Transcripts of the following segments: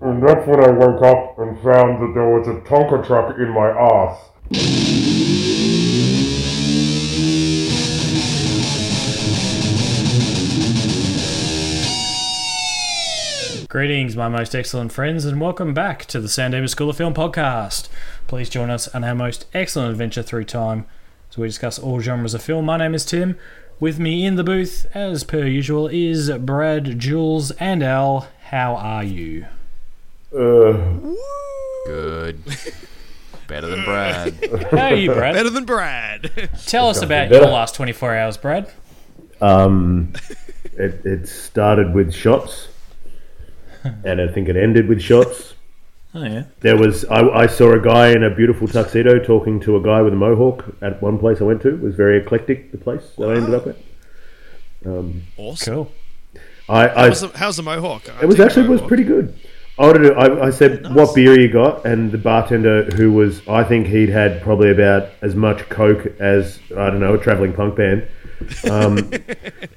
And that's when I woke up and found that there was a Tonka truck in my ass. Greetings, my most excellent friends, and welcome back to the San Diego School of Film podcast. Please join us on our most excellent adventure through time as we discuss all genres of film. My name is Tim. With me in the booth, as per usual, is Brad, Jules, and Al. How are you? Uh, Good. Better than Brad. How are you, Brad? Better than Brad. Tell us about better. your last 24 hours, Brad. Um, it, it started with shots, and I think it ended with shots. Oh, yeah. There was I, I saw a guy in a beautiful tuxedo talking to a guy with a mohawk at one place I went to. It was very eclectic. The place that I ended up at. awesome. Cool. I, I How's, the, how's the Mohawk? it was actually was pretty good. I ordered. I, I said, "What beer you got?" And the bartender, who was, I think he'd had probably about as much coke as I don't know a traveling punk band. Um,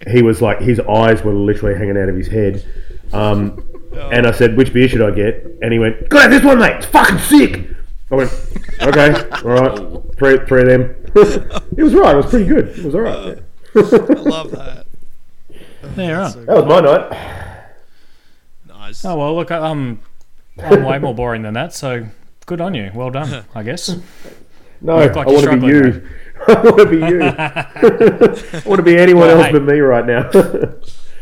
he was like, his eyes were literally hanging out of his head. Um, And I said, "Which beer should I get?" And he went, "Go have this one, mate. It's fucking sick." I went, "Okay, all right, three, three of them." it was right. It was pretty good. It was all right. yeah. I love that. Yeah, right. That was my night. Nice. Oh, well, look, I- I'm, I'm way more boring than that, so good on you. Well done, I guess. No, Look I like you're want to be struggling, you. I want to be you. I want to be anyone Well, else hey. but me right now.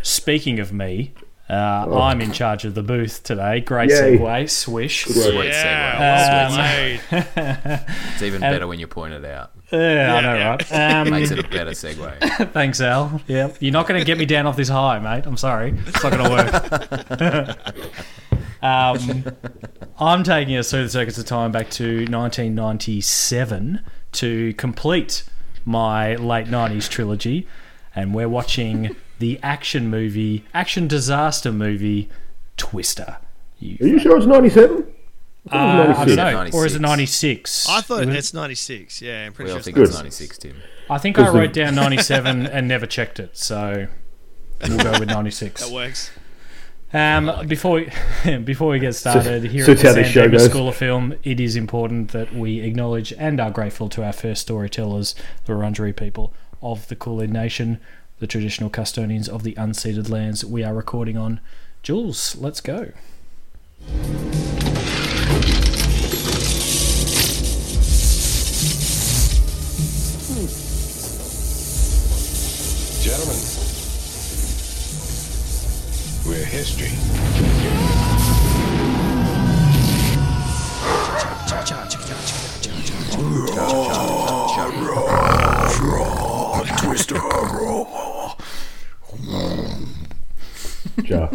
Speaking of me, uh, I'm in charge of the booth today. Great Yay. segue, swish. Sweet segue. yeah. Uh, Well played. It's even better when you point it out. Yeah, I know, right? Um, Makes it a better segue. Thanks, Al. Yep. You're not going to get me down off this high, mate. I'm sorry. It's not going to work. um, I'm taking us through the circuits of time back to 1997 to complete my late 90s trilogy. And we're watching the action movie, action disaster movie, Twister. Are you sure it's 97? Uh, I don't 96. know. Or is it 96? 96? I thought it's 96. Yeah, I'm pretty We all sure. think it's it's 96, Tim. I think I wrote down 97 and never checked it, so we'll go with 96. That works. Um, before we, before we get started here so at it's how the this San show Diego goes. School of Film, it is important that we acknowledge and are grateful to our first storytellers, the Wurundjeri people of the Kulin Nation, the traditional custodians of the unceded lands we are recording on. Jules, let's go. Gentlemen, we're history. Twister. Ja.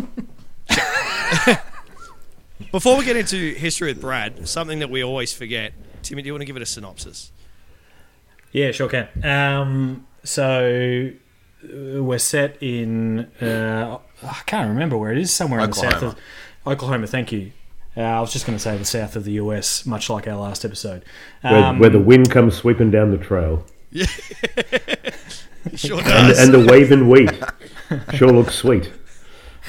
Before we get into history with Brad, something that we always forget. Timmy, do you want to give it a synopsis? Yeah, sure can. Um, so uh, we're set in uh, I can't remember where it is. Somewhere in the Oklahoma. south of Oklahoma. Thank you. Uh, I was just going to say the south of the US, much like our last episode. Where, Um, where the wind comes sweeping down the trail. Sure And, does. and the waving wheat sure looks sweet.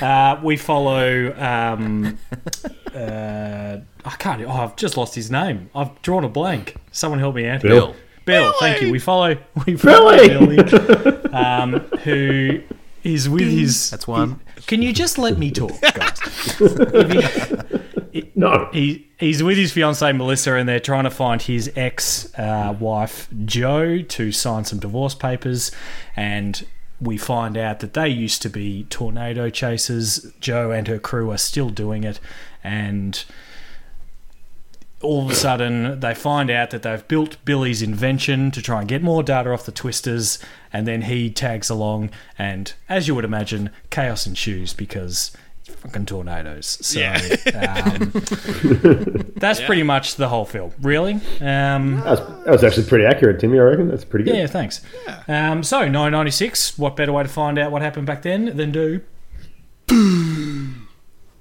uh, we follow. Um, uh, I can't. Oh, I've just lost his name. I've drawn a blank. Someone help me out. here. Bill. Bill, thank you. We follow. We follow Billy! Billy, um, who is with his. That's one. Can you just let me talk, guys? No. he he's with his fiancee Melissa, and they're trying to find his ex uh, wife Joe to sign some divorce papers, and. We find out that they used to be tornado chasers. Joe and her crew are still doing it, and all of a sudden they find out that they've built Billy's invention to try and get more data off the twisters, and then he tags along, and as you would imagine, chaos ensues because it's fucking tornadoes. So um, that's pretty much the whole film, really. Um, That was, that was actually pretty accurate, Timmy, I reckon. That's pretty good. yeah, thanks. Um, so 996. What better way to find out what happened back then than do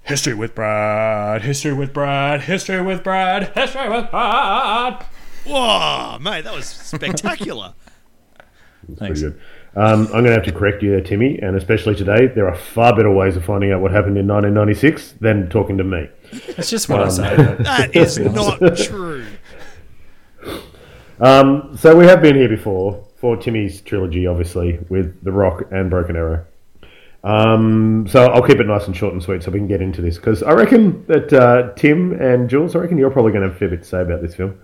history with Brad, history with Brad, history with Brad, history with Brad. Whoa, mate, that was spectacular. Pretty good. Um, I'm going to have to correct you there, Timmy, and especially today, there are far better ways of finding out what happened in 1996 than talking to me. It's just what I say. That is not true. Um, so we have been here before for Timmy's trilogy, obviously, with The Rock and Broken Arrow. Um, so I'll keep it nice and short and sweet so we can get into this because I reckon that uh, Tim and Jules, I reckon you're probably going to have a fair bit to say about this film.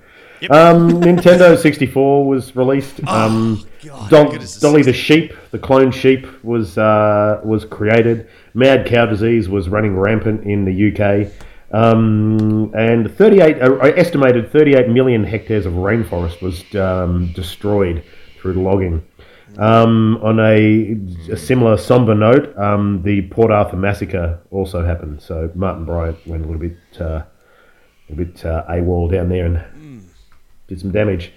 Um, Nintendo 64 was released. um, God, Dol- how good is this? Dolly the sheep, the clone sheep, was uh, was created. Mad cow disease was running rampant in the UK, um, and 38 uh, estimated 38 million hectares of rainforest was um, destroyed through logging. Um, on a, a similar somber note, um, the Port Arthur massacre also happened. So Martin Bryant went a little bit uh, a bit uh, AWOL down there and did some damage.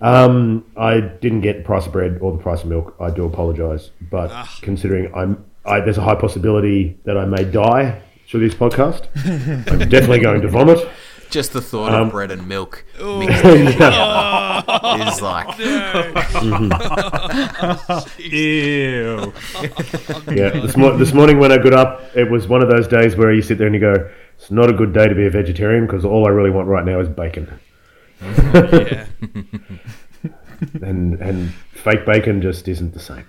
Um, I didn't get the price of bread or the price of milk. I do apologise, but Ah. considering I'm, I, there's a high possibility that I may die through this podcast. I'm definitely going to vomit. Just the thought of bread and milk mixed is like Ew. Yeah, this, mo- this morning when I got up, it was one of those days where you sit there and you go, "It's not a good day to be a vegetarian because all I really want right now is bacon." Oh, Yeah. and and fake bacon just isn't the same.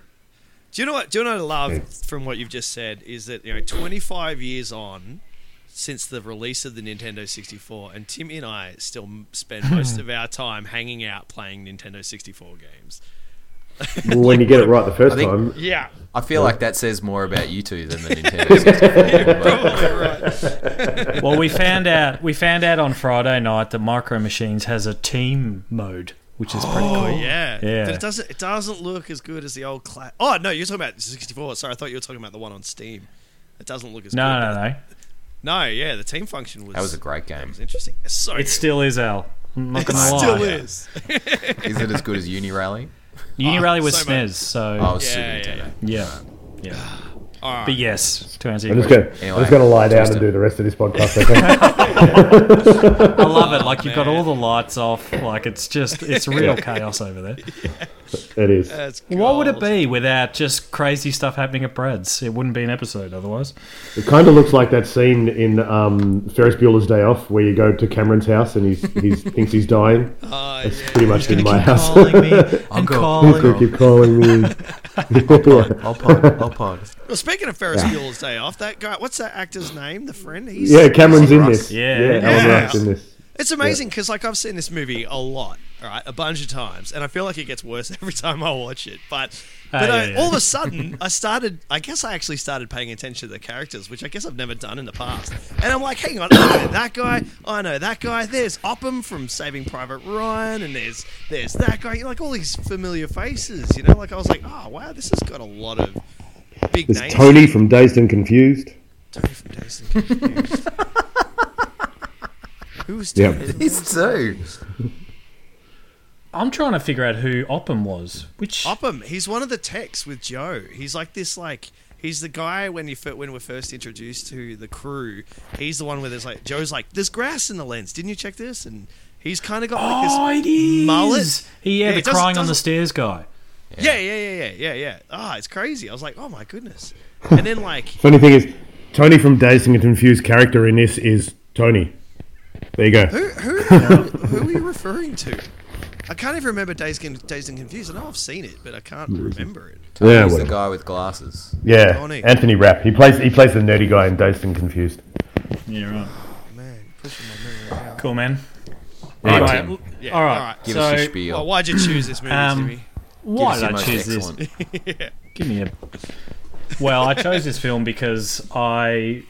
Do you know what? Do you know what I love from what you've just said is that you know 25 years on since the release of the Nintendo 64, and Tim and I still m- spend most of our time hanging out playing Nintendo 64 games. Well, when you get it right the first I think- time, Yeah, I feel like that says more about you two than the Nintendo 64. Oh, but Well, we found out we found out on Friday night that Micro Machines has a team mode, which is Oh. pretty cool. yeah, Yeah. But it doesn't it doesn't look as good as the old class. Oh no, you're talking about 64. Sorry, I thought you were talking about the one on Steam. It doesn't look as No, good. no, no. no, yeah. The team function was that was a great it game. was interesting. It's so It good. still is Al. I'm not it gonna lie. still is. Is it as good as Uni Rally? Uni Ah, Rally was so much. SNES, so Oh, Super Yeah, yeah, Nintendo. yeah. yeah. All right. But yes, to answer I'm your just question, going. I'm Anyway, just going to lie down and do the rest of this podcast. I think. I love it. Like you've got all the lights off. Like it's just it's real chaos over there. it is. That's What would it gold. be without just crazy stuff happening at Brad's? It wouldn't be an episode otherwise. It kind of looks like that scene in um, Ferris Bueller's Day Off where you go to Cameron's house and he's, he's thinks he's dying. Oh, That's yeah. pretty much in my house. Calling me and go. calling. They keep calling me. I'll pod. I'll pod. Well, speaking of Ferris Bueller's Day Off, that guy, what's that actor's name? The friend? He's, yeah, Cameron's in Russ. this. Yeah. yeah, Alan Yeah. Ruck's in this. It's amazing because, like, I've seen this movie a lot, all right, a bunch of times, and I feel like it gets worse every time I watch it. But, but Ah, yeah, I, yeah. all of a sudden, I started, I guess I actually started paying attention to the characters, which I guess I've never done in the past. And I'm like, hang on, I know that guy, I know that guy. There's Oppum from Saving Private Ryan, and there's there's that guy. You know, like all these familiar faces, you know. Like I was like, oh wow, this has got a lot of big There's names. Tony from Dazed and Confused. Tony from Dazed and Confused. Who's Yeah. Tony? He's two. I'm trying to figure out who Oppen was. Which Oppum, he's one of the techs with Joe. He's like this, like he's the guy when you fir- when we're first introduced to the crew. He's the one where there's like Joe's like, "There's grass in the lens. Didn't you check this?" And he's kind of got like oh, this it is. mullet. He yeah, Yeah, the it doesn't- crying on the doesn't- stairs guy. Yeah, yeah, yeah, yeah, yeah, yeah. Ah, it's crazy. I was like, "Oh my goodness!" And then like, Funny thing is, Tony from Dazed and Confused character in this is Tony. There you go. who who who are you referring to? I can't even remember Days Con- Dazed and Confused. I know I've seen it, but I can't remember it. Yeah, He's the whatever. guy with glasses. yeah. Tony. Anthony Rapp. He plays he plays the nerdy guy in Dazed and Confused. Yeah, right. Man, pushing my memory out. Cool man. Right, Anyway, Tim, Yeah, all right. all right. give so, us your spiel. Well, why'd you choose this movie, Um, Jimmy? Why Give us did your I most choose this? excellent. Give me a. Well, I chose this film because I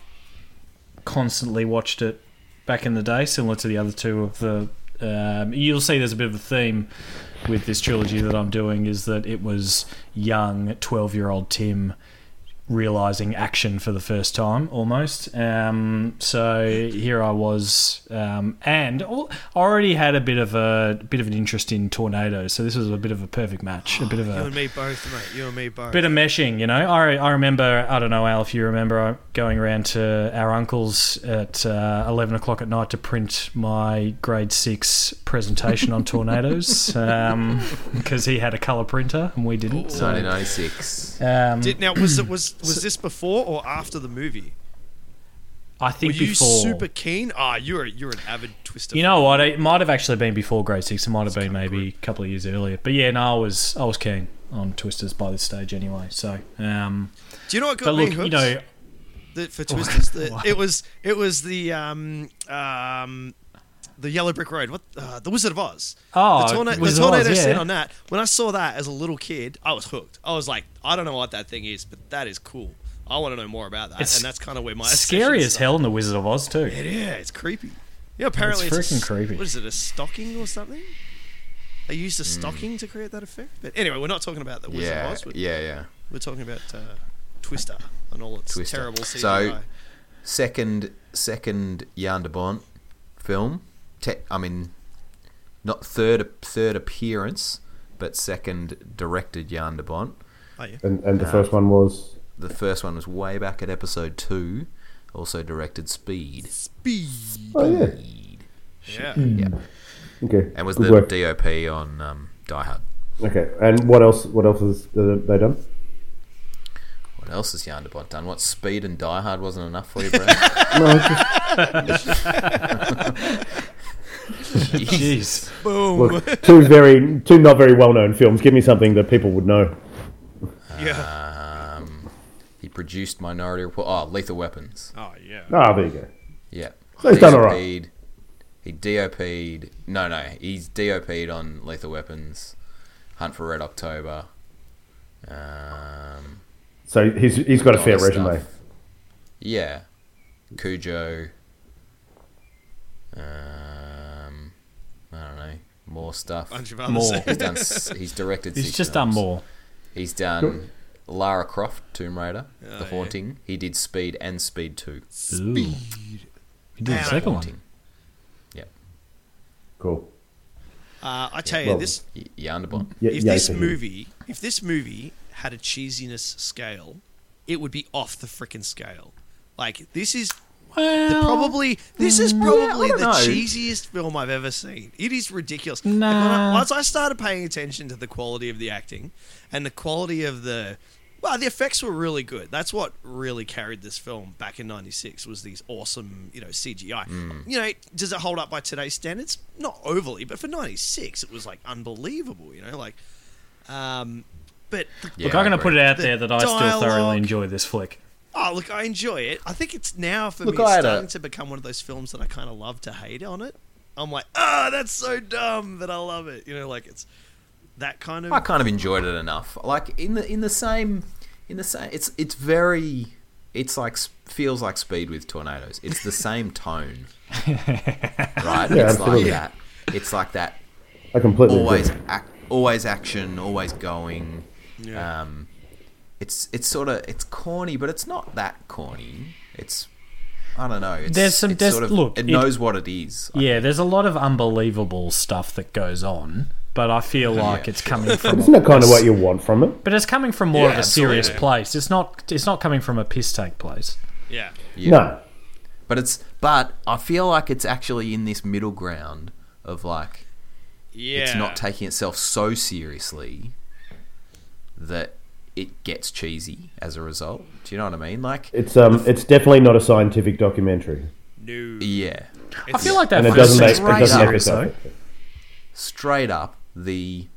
constantly watched it back in the day, similar to the other two of the. Um, you'll see there's a bit of a theme with this trilogy that I'm doing is that it was young 12 year old Tim realizing action for the first time almost. Um, so here I was, um, and al- I already had a bit of a bit of an interest in tornadoes. So this was a bit of a perfect match, a bit of You and a me both, mate. You and me both. uh, bit of meshing. You know, I, I remember I don't know Al if you remember I- going around to our uncle's at uh, eleven o'clock at night to print my grade six presentation on tornadoes because he had a color printer and we didn't. So. 1996. Um, Did, now was it was was this before or after the movie? I think Were you before super keen? Ah, you're a, you're an avid twister. You know what? It might have actually been before grade six. It might have been maybe a couple of years earlier. But yeah, no, I was I was keen on Twisters by this stage anyway. So, um, Do you know what got but me look, you hooked? know, the, for Twisters. The, it was it was the um um the Yellow Brick Road. What uh, the Wizard of Oz. Oh, the, torna- Wizard the of Oz, tornado yeah. scene on that. When I saw that as a little kid, I was hooked. I was like, I don't know what that thing is, but that is cool. I want to know more about that, It's and that's kind of where my scary obsession as started. hell in the Wizard of Oz too. It is. It's creepy. Yeah, apparently It's a freaking s- creepy. What is it? A stocking or something? They used a stocking to create that effect. But anyway, we're not talking about the Wizard of Yeah, Oz. We're, yeah, yeah. we're talking about uh, Twister and all its Twister. terrible So- CGI. Second, second Yandabont film. Te- I mean, not third, third appearance, but second directed Yandabont. oh, yeah. And, and the first one was The first one was way back at episode two. Also directed Speed. oh yeah yeah. okay And was good the work. DOP on um, Die Hard. okay and what else what else has uh, they done What else has Yandabont done? What Speed and Die Hard wasn't enough for you, Brad? Jeez, Look, two very two not very well known films give me something that people would know Yeah. um, he produced Minority Report. Oh, Lethal Weapons. Oh yeah. ah there you go Yeah. So he's done all right. DOP'd He DOP'd. No, no. He's DOP'd on Lethal Weapons, Hunt for Red October. Um, so he's he's got a fair all that resume stuff. Yeah. Cujo. Um, I don't know. More stuff. Bunch of others. more. He's done. s- He's directed. He's six just done films. more. He's done Lara Croft, Tomb Raider, Oh, The yeah. Haunting. He did Speed and Speed Two. Ooh. He did the And second one. Haunting. cool Uh, I tell you, Well, this Y- Yandabon. yeah, if yeah, this so he- movie if this movie had a cheesiness scale, it would be off the frickin' scale. Like this is the probably this is probably don't the know. cheesiest film I've ever seen. It is ridiculous. Like, Nah. when I- once I started paying attention to the quality of the acting and the quality of the well, the effects were really good. That's what really carried this film back in '96 was these awesome, you know, CGI. You know, does it hold up by today's standards? Not overly, but for '96, it was like unbelievable. You know, like, um, but the Yeah, Look, I'm I going to agree. put it out The there that I still dialogue. thoroughly enjoy this flick. Oh, look, I enjoy it. I think it's now for Look, me I it's had a- starting to become one of those films that I kind of love to hate on it. I'm like, oh, that's so dumb, but I love it. You know, like it's that kind of. I kind of enjoyed it enough. Like in the in the same in the same. It's it's very. It's like s- feels like Speed with tornadoes. It's the same tone, right? Yeah, it's like absolutely. that. It's like that. I completely Always agree. ac always action. Always going. Yeah. Um, it's it's sort of it's corny, but it's not that corny. It's I don't know. It's, There's some- it's there's- sort of, look, It it- knows what it is. I Yeah, there's a lot of unbelievable stuff that goes on, but I feel like it's coming from Isn't that kind of what you want from it? But it's coming from more Yeah, of a serious absolutely. place. It's not. It's not coming from a piss take place. yeah. Yeah. No. But it's but I feel like it's actually in this middle ground of like Yeah. it's not taking itself so seriously that it gets cheesy as a result. Do you know what I mean? Like It's um, it's definitely not a scientific documentary, new. yeah, I feel like that and it first doesn't make scene's it pretty doesn't make serious, though. itself. straight up the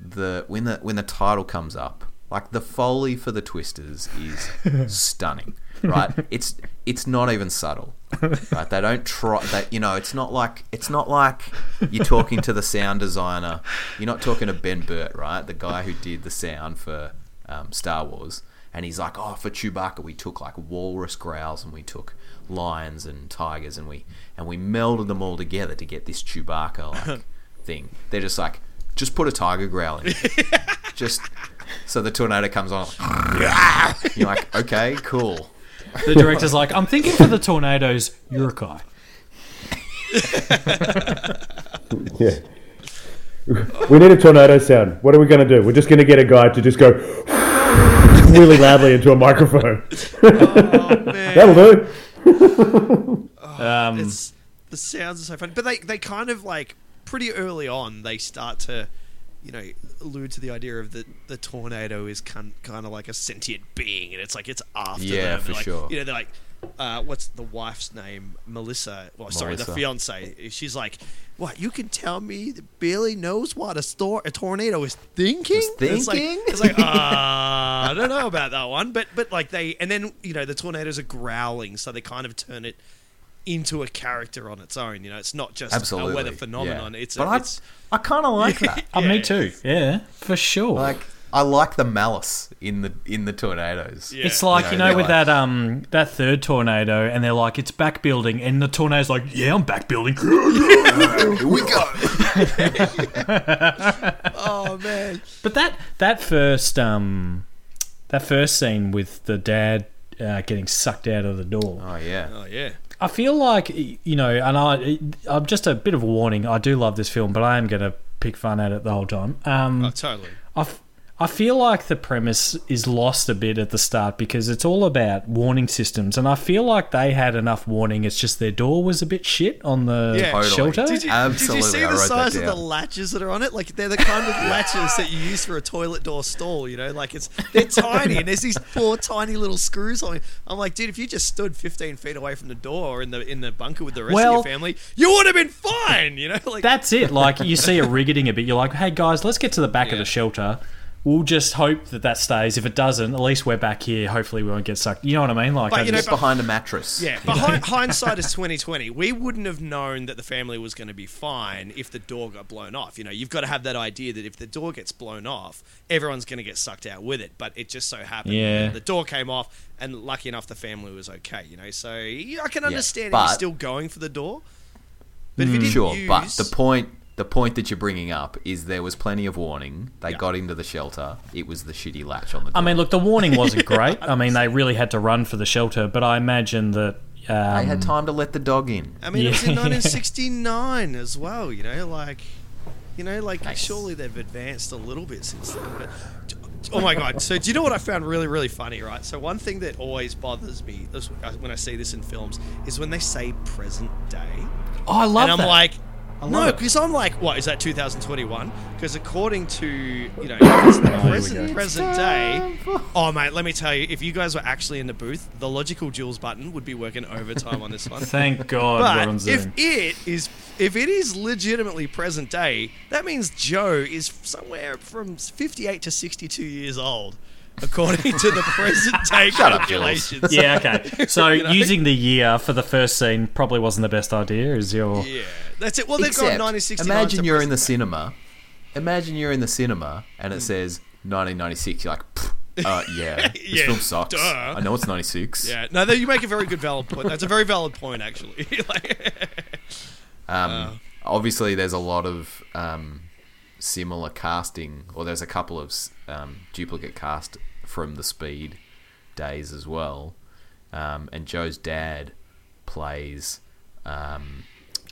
the when the when the title comes up, like the foley for the twisters is stunning. Right? It's it's not even subtle. Right? They don't try that you know, it's not like it's not like you're talking to the sound designer. You're not talking to Ben Burt, right? The guy who did the sound for um, Star Wars. And he's like, Oh, for Chewbacca we took like walrus growls and we took lions and tigers and we and we melded them all together to get this Chewbacca like thing. They're just like, just put a tiger growl in. just So the tornado comes on. You're like, okay, cool. The director's like, I'm thinking for the tornadoes, Urukai. Yeah. We need a tornado sound. What are we going to do? We're just going to get a guy to just go really loudly into a microphone. That'll do. Um, It's the sounds are so funny, but they they kind of like pretty early on they start to, you know, allude to the idea of the the tornado is kind kind of like a sentient being, and it's like it's after Yeah, them. for like, sure. You know, they're like. Uh, what's the wife's name? Melissa. Well, sorry, the Melissa. fiance. She's like, "What? You can tell me that Billy knows what a stor- a tornado is thinking." It's like- thinking? It's like, ah, I don't know about that one, but but like they, and then you know the tornadoes are growling, so they kind of turn it into a character on its own. You know, it's not just Absolutely. a weather yeah. phenomenon. It's, but a, I, it's I kind of like that. oh, yeah. me too. Yeah, for sure. like I like the malice in the in the tornadoes. Yeah. It's like Yeah, you know yeah, with like- that um that third tornado, and they're like it's back building, and the tornado's like, yeah, I'm back building. Here we go. oh man, but that that first um that first scene with the dad uh, getting sucked out of the door, Oh yeah. oh yeah, I feel like y- you know, and I I'm just a bit of a warning. I do love this film, but I am gonna pick fun at it the whole time. Um, oh totally. I, f- I feel like the premise is lost a bit at the start because it's all about warning systems, and I feel like they had enough warning. It's just their door was a bit shit on the Yeah. Totally. shelter. Did you, Absolutely, did you see I the wrote that size of the down. latches that are on it? Like they're the kind of latches that you use for a toilet door stall. You know, like it's they're tiny and there's these four tiny little screws on. it. I'm like, dude, if you just stood 15 feet away from the door in the in the bunker with the rest Well- of your family, you would have been fine. You know, like That's it. Like you see it rigging a bit. You're like, hey guys, let's get to the back of the shelter. We'll just hope that that stays. If it doesn't, at least we're back here. Hopefully, we won't get sucked. You know what I mean? Like, But, I you know, just- Just behind a mattress. Yeah, but hi- hindsight is twenty twenty. We wouldn't have known that the family was going to be fine if the door got blown off. You know, you've got to have that idea that if the door gets blown off, everyone's going to get sucked out with it. But it just so happened Yeah. that the door came off, and lucky enough, the family was okay. You know, so yeah, I can understand if but- Mm. you're still going for the door. But if you didn't Sure, use, but the point the point that you're bringing up is there was plenty of warning. They got into the shelter. It was the shitty latch on the door. I mean, look, the warning wasn't great. I mean, they really had to run for the shelter, but I imagine that. Um, they had time to let the dog in. I mean, it was Yeah. in nineteen sixty nine as well. You know, like. You know, like surely they've advanced a little bit since then. But oh my god! So do you know what I found really, really funny? Right. So one thing that always bothers me is when I see this in films is when they say present day, oh, I love and I'm that. like. I love No, it. because I'm like, what is that 2021? Because according to you know it's the Oh, we present, go. present day, oh mate, let me tell you, if you guys were actually in the booth, the logical Jules button would be working overtime on this one. Thank God we're on But Zoom. if it is if it is legitimately present day, that means Joe is somewhere from 58 to 62 years old, according to the present day up, Jules. calculations. yeah, okay. So You know? using the year for the first scene probably wasn't the best idea. Is your Yeah, that's it. Well, they've got Except, 1969. imagine to you're in the present day. cinema. Imagine you're in the cinema and it says 1996. You're like, "Pfft, uh, yeah, this Yeah, film sucks. duh." I know it's 96. Yeah, no, that- you make a very good valid point. That's a very valid point, actually. Like- Um, Obviously, there's a lot of um, similar casting, or there's a couple of s- um, duplicate cast from the Speed days as well. Um, and Joe's dad plays, um,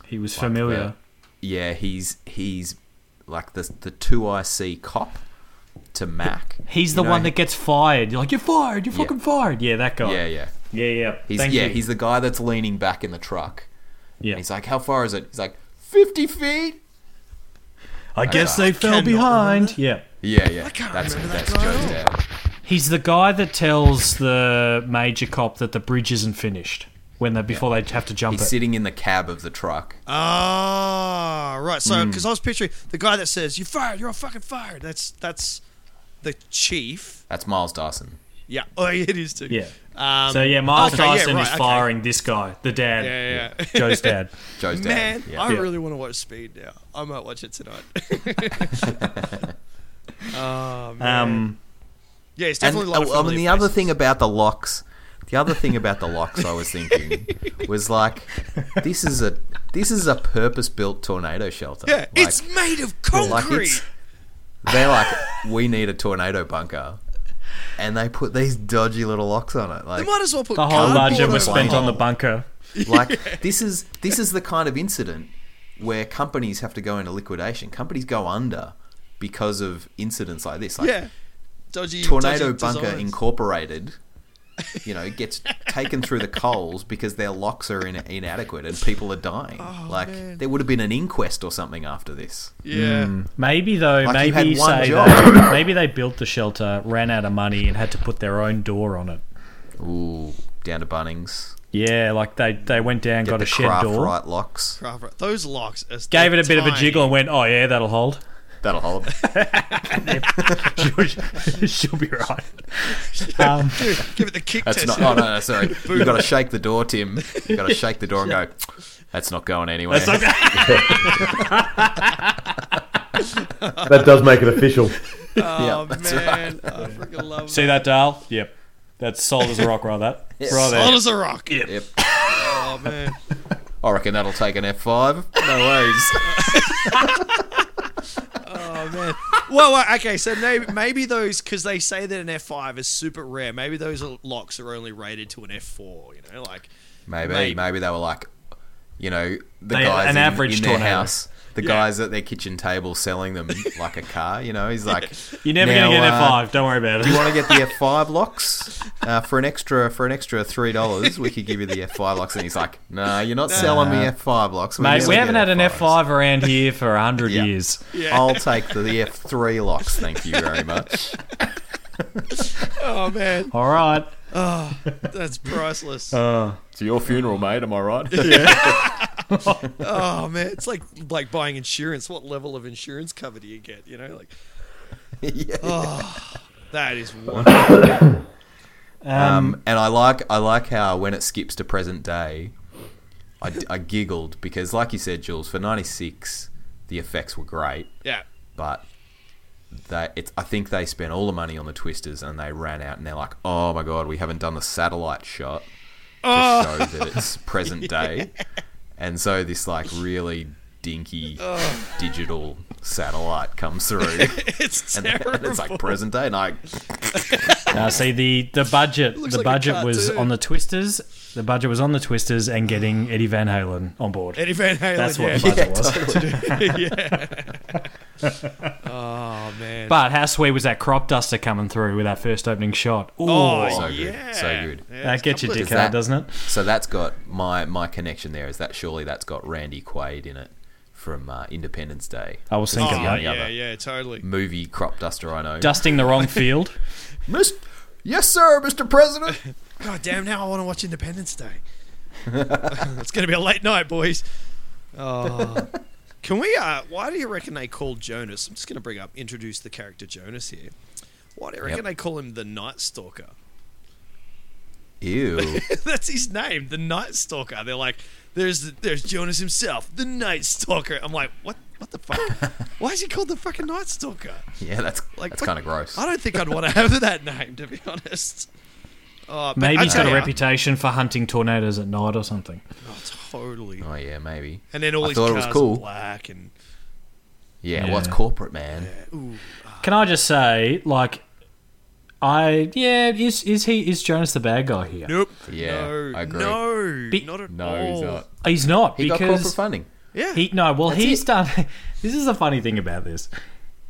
he was the- familiar. yeah, he's he's like the the two IC cop to Mac. He's the You know, one that gets fired. You're like, you're fired. You're Yeah. fucking fired. Yeah, that guy. Yeah, yeah. yeah, yeah. He's Thank yeah, you. he's the guy that's leaning back in the truck. yeah. And he's like, "How far is it?" He's like, 50 feet." I guess they fell cannot behind. Yeah. Yeah, yeah. can't that's remember that that's guy at Joe's all. dad. He's the guy that tells the major cop that the bridge isn't finished when they before they have to jump He's it. sitting in the cab of the truck. Ah, right. Hmm. So, because I was picturing the guy that says "you're fired, you're all fucking fired." That's that's the chief. That's Miles Dyson. Yeah. Oh, it is too. yeah. Um, so yeah, Miles okay, yeah, Dyson right, is okay. firing this guy, the dad, Yeah, yeah. Joe's dad. Joe's dad. Man, yeah. I Yeah. really want to watch Speed now. I might watch it tonight. oh man. Um, yeah, it's and definitely oh, like. I mean, the other thing about the locks, the other thing about the locks, I was thinking, was like, this is a this is a purpose built tornado shelter. Yeah, Like- it's made of concrete. like it's- they're like, we need a tornado bunker, and they put these dodgy little locks on it. They Like, might as well put The whole budget cardboard was over spent it. on the bunker. like this is this is the kind of incident where companies have to go into liquidation. Companies go under because of incidents like this. Like Yeah. Dodgy Tornado dodgy Bunker designs. Incorporated, you know, gets taken through the coals because their locks are in- inadequate and people are dying. like Oh, man. there would have been an inquest or something after this. Yeah. Hmm. Maybe though, Like, you maybe had one say job. that, maybe they built the shelter, ran out of money, and had to put their own door on it. Ooh, down to Bunnings. Yeah, like they they went down, Get got the a shed craft door, right locks. Craft right. Those locks. Are gave it a bit of a tiny. jiggle, and went, "Oh yeah, that'll hold." That'll hold. She'll, she'll be right. Um, Give it the kick That's test. not. Oh no, no, sorry. You got to shake the door, Tim. You got to shake the door and go. That's not going anywhere. That does make it official. oh that's man, I freaking love see that dial? Yep, that's solid as a rock, right? That right that. Solid there. as a rock. Yep. Oh man. I reckon that'll take an F five. No ways. Oh man. Well, well, okay. So maybe, maybe those because they say that an F five is super rare. Maybe those locks are only rated to an F four. You know, like Maybe, Maybe. maybe, they were like, you know, the They- guys an in, average in their tornado. house, the Yeah. guys at their kitchen table selling them like a car. You know, he's like, You're never Now, gonna get an uh, F five. Don't worry about you it. want to get the F five locks uh, for an extra for an extra three dollars? We could give you the F five locks, and he's like, Nah, you're not selling me F five locks, We'll Mate, never we get haven't had an F F5s. five around here for hundred Yeah. years. Yeah. I'll take the F three locks, thank you very much. oh man, All right. that's priceless. Uh. To your funeral, mate. Am I right? oh man, it's like like buying insurance. What level of insurance cover do you get? You know, like oh, that is wonderful. Um, and I like I like how when it skips to present day, I, I giggled because, like you said, Jules, for '96 the effects were great, yeah. but they it's I think they spent all the money on the twisters and they ran out and they're like, oh my god, we haven't done the satellite shot to Oh. show that it's present day, and so this like really dinky digital satellite comes through. It's And, terrible. and it's like present day, and I Now, see the the budget. looks The like a budget was cartoon. on the Twisters. The budget was on the Twisters and getting Eddie Van Halen on board. Eddie Van Halen. That's what yeah. the budget was. Oh man. But how sweet was that crop duster coming through with that first opening shot? Ooh, oh so good, yeah. so good. Yeah, that gets your couple dick of- that- hard, doesn't it? So that's got my my connection there is that surely that's got Randy Quaid in it from uh, Independence Day. I was thinking Oh, that. the yeah, other. yeah, totally. Movie crop duster, I know. Dusting the wrong field. Miss- yes, sir, Mr. President. God damn, now I want to watch Independence Day. it's going to be a late night, boys. Oh. Can we, uh, why do you reckon they called Jonas? I'm just going to bring up, introduce the character Jonas here. Why do you reckon Yep. they call him the Night Stalker? Ew. That's his name, the Night Stalker. They're like, there's there's Jonas himself, the Night Stalker. I'm like, what what the fuck? Why is he called the fucking Night Stalker? Yeah, that's Like, that's what- kind of gross. I don't think I'd want to have that name, to be honest. Oh, but Maybe I he's got tell a ya- reputation for hunting tornadoes at night or something. Oh, totally. Oh yeah, maybe. And then all I these thought it was cars are cool. black and Yeah, Yeah. well, it's corporate, man. Can I just say, like, I yeah, is is he is Jonas the bad guy here? nope. Yeah, no, I agree. No, Be- not at No, all. he's not. He's not He got corporate because funding. Yeah, he no. Well, That's he's it. done. This is the funny thing about this.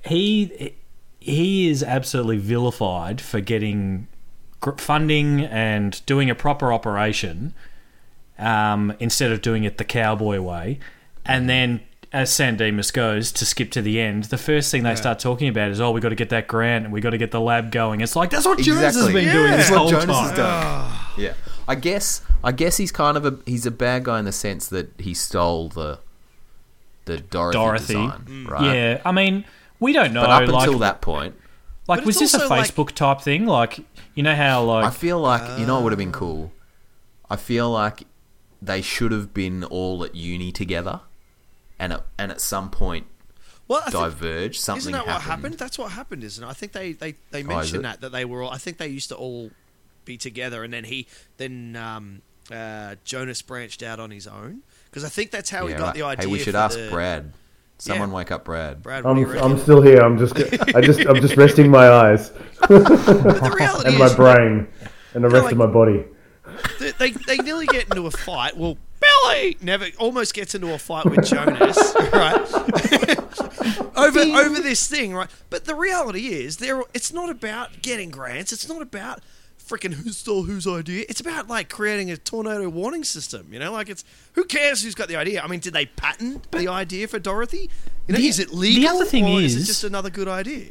He he is absolutely vilified for getting gr- funding and doing a proper operation um, instead of doing it the cowboy way. And then, as San Dimas goes to skip to the end, the first thing they start talking about is, "Oh, we got to get that grant and we got to get the lab going." It's like that's what Jones has Exactly. been doing Yeah. this That's what whole Jonas time. has done. yeah, I guess I guess he's kind of a he's a bad guy in the sense that he stole the the Dorothy, Dorothy. Mm. design, right? Yeah, I mean, we don't know. But up like, until that point, like But was it's this a also, like- Facebook type thing? Like, you know how like I feel like you know what would have Ah. been cool. I feel like they should have been all at uni together, and at, and at some point well, I think- diverge. Something isn't that happened. what happened? That's what happened, isn't it? I think they they Oh, they is it? mentioned that that they were all. I think they used to all be together, and then he then um, uh, Jonas branched out on his own because I think that's how Yeah, he got right. the idea. Hey, we should for ask the- Brad. Someone wake up Brad. Brad, what do I'm, you reckon? I'm still here. I'm just I just I'm just resting my eyes But the reality and is, my brain and the rest like- of my body. they, they, they nearly get into a fight. Well, Billy never almost gets into a fight with Jonas, right? over over this thing, right? But the reality is, there it's not about getting grants. It's not about freaking who stole whose idea. It's about like creating a tornado warning system. You know, like it's who cares who's got the idea? I mean, did they patent the idea for Dorothy? You know, The- is it the legal? other thing or is, is- it just another good idea?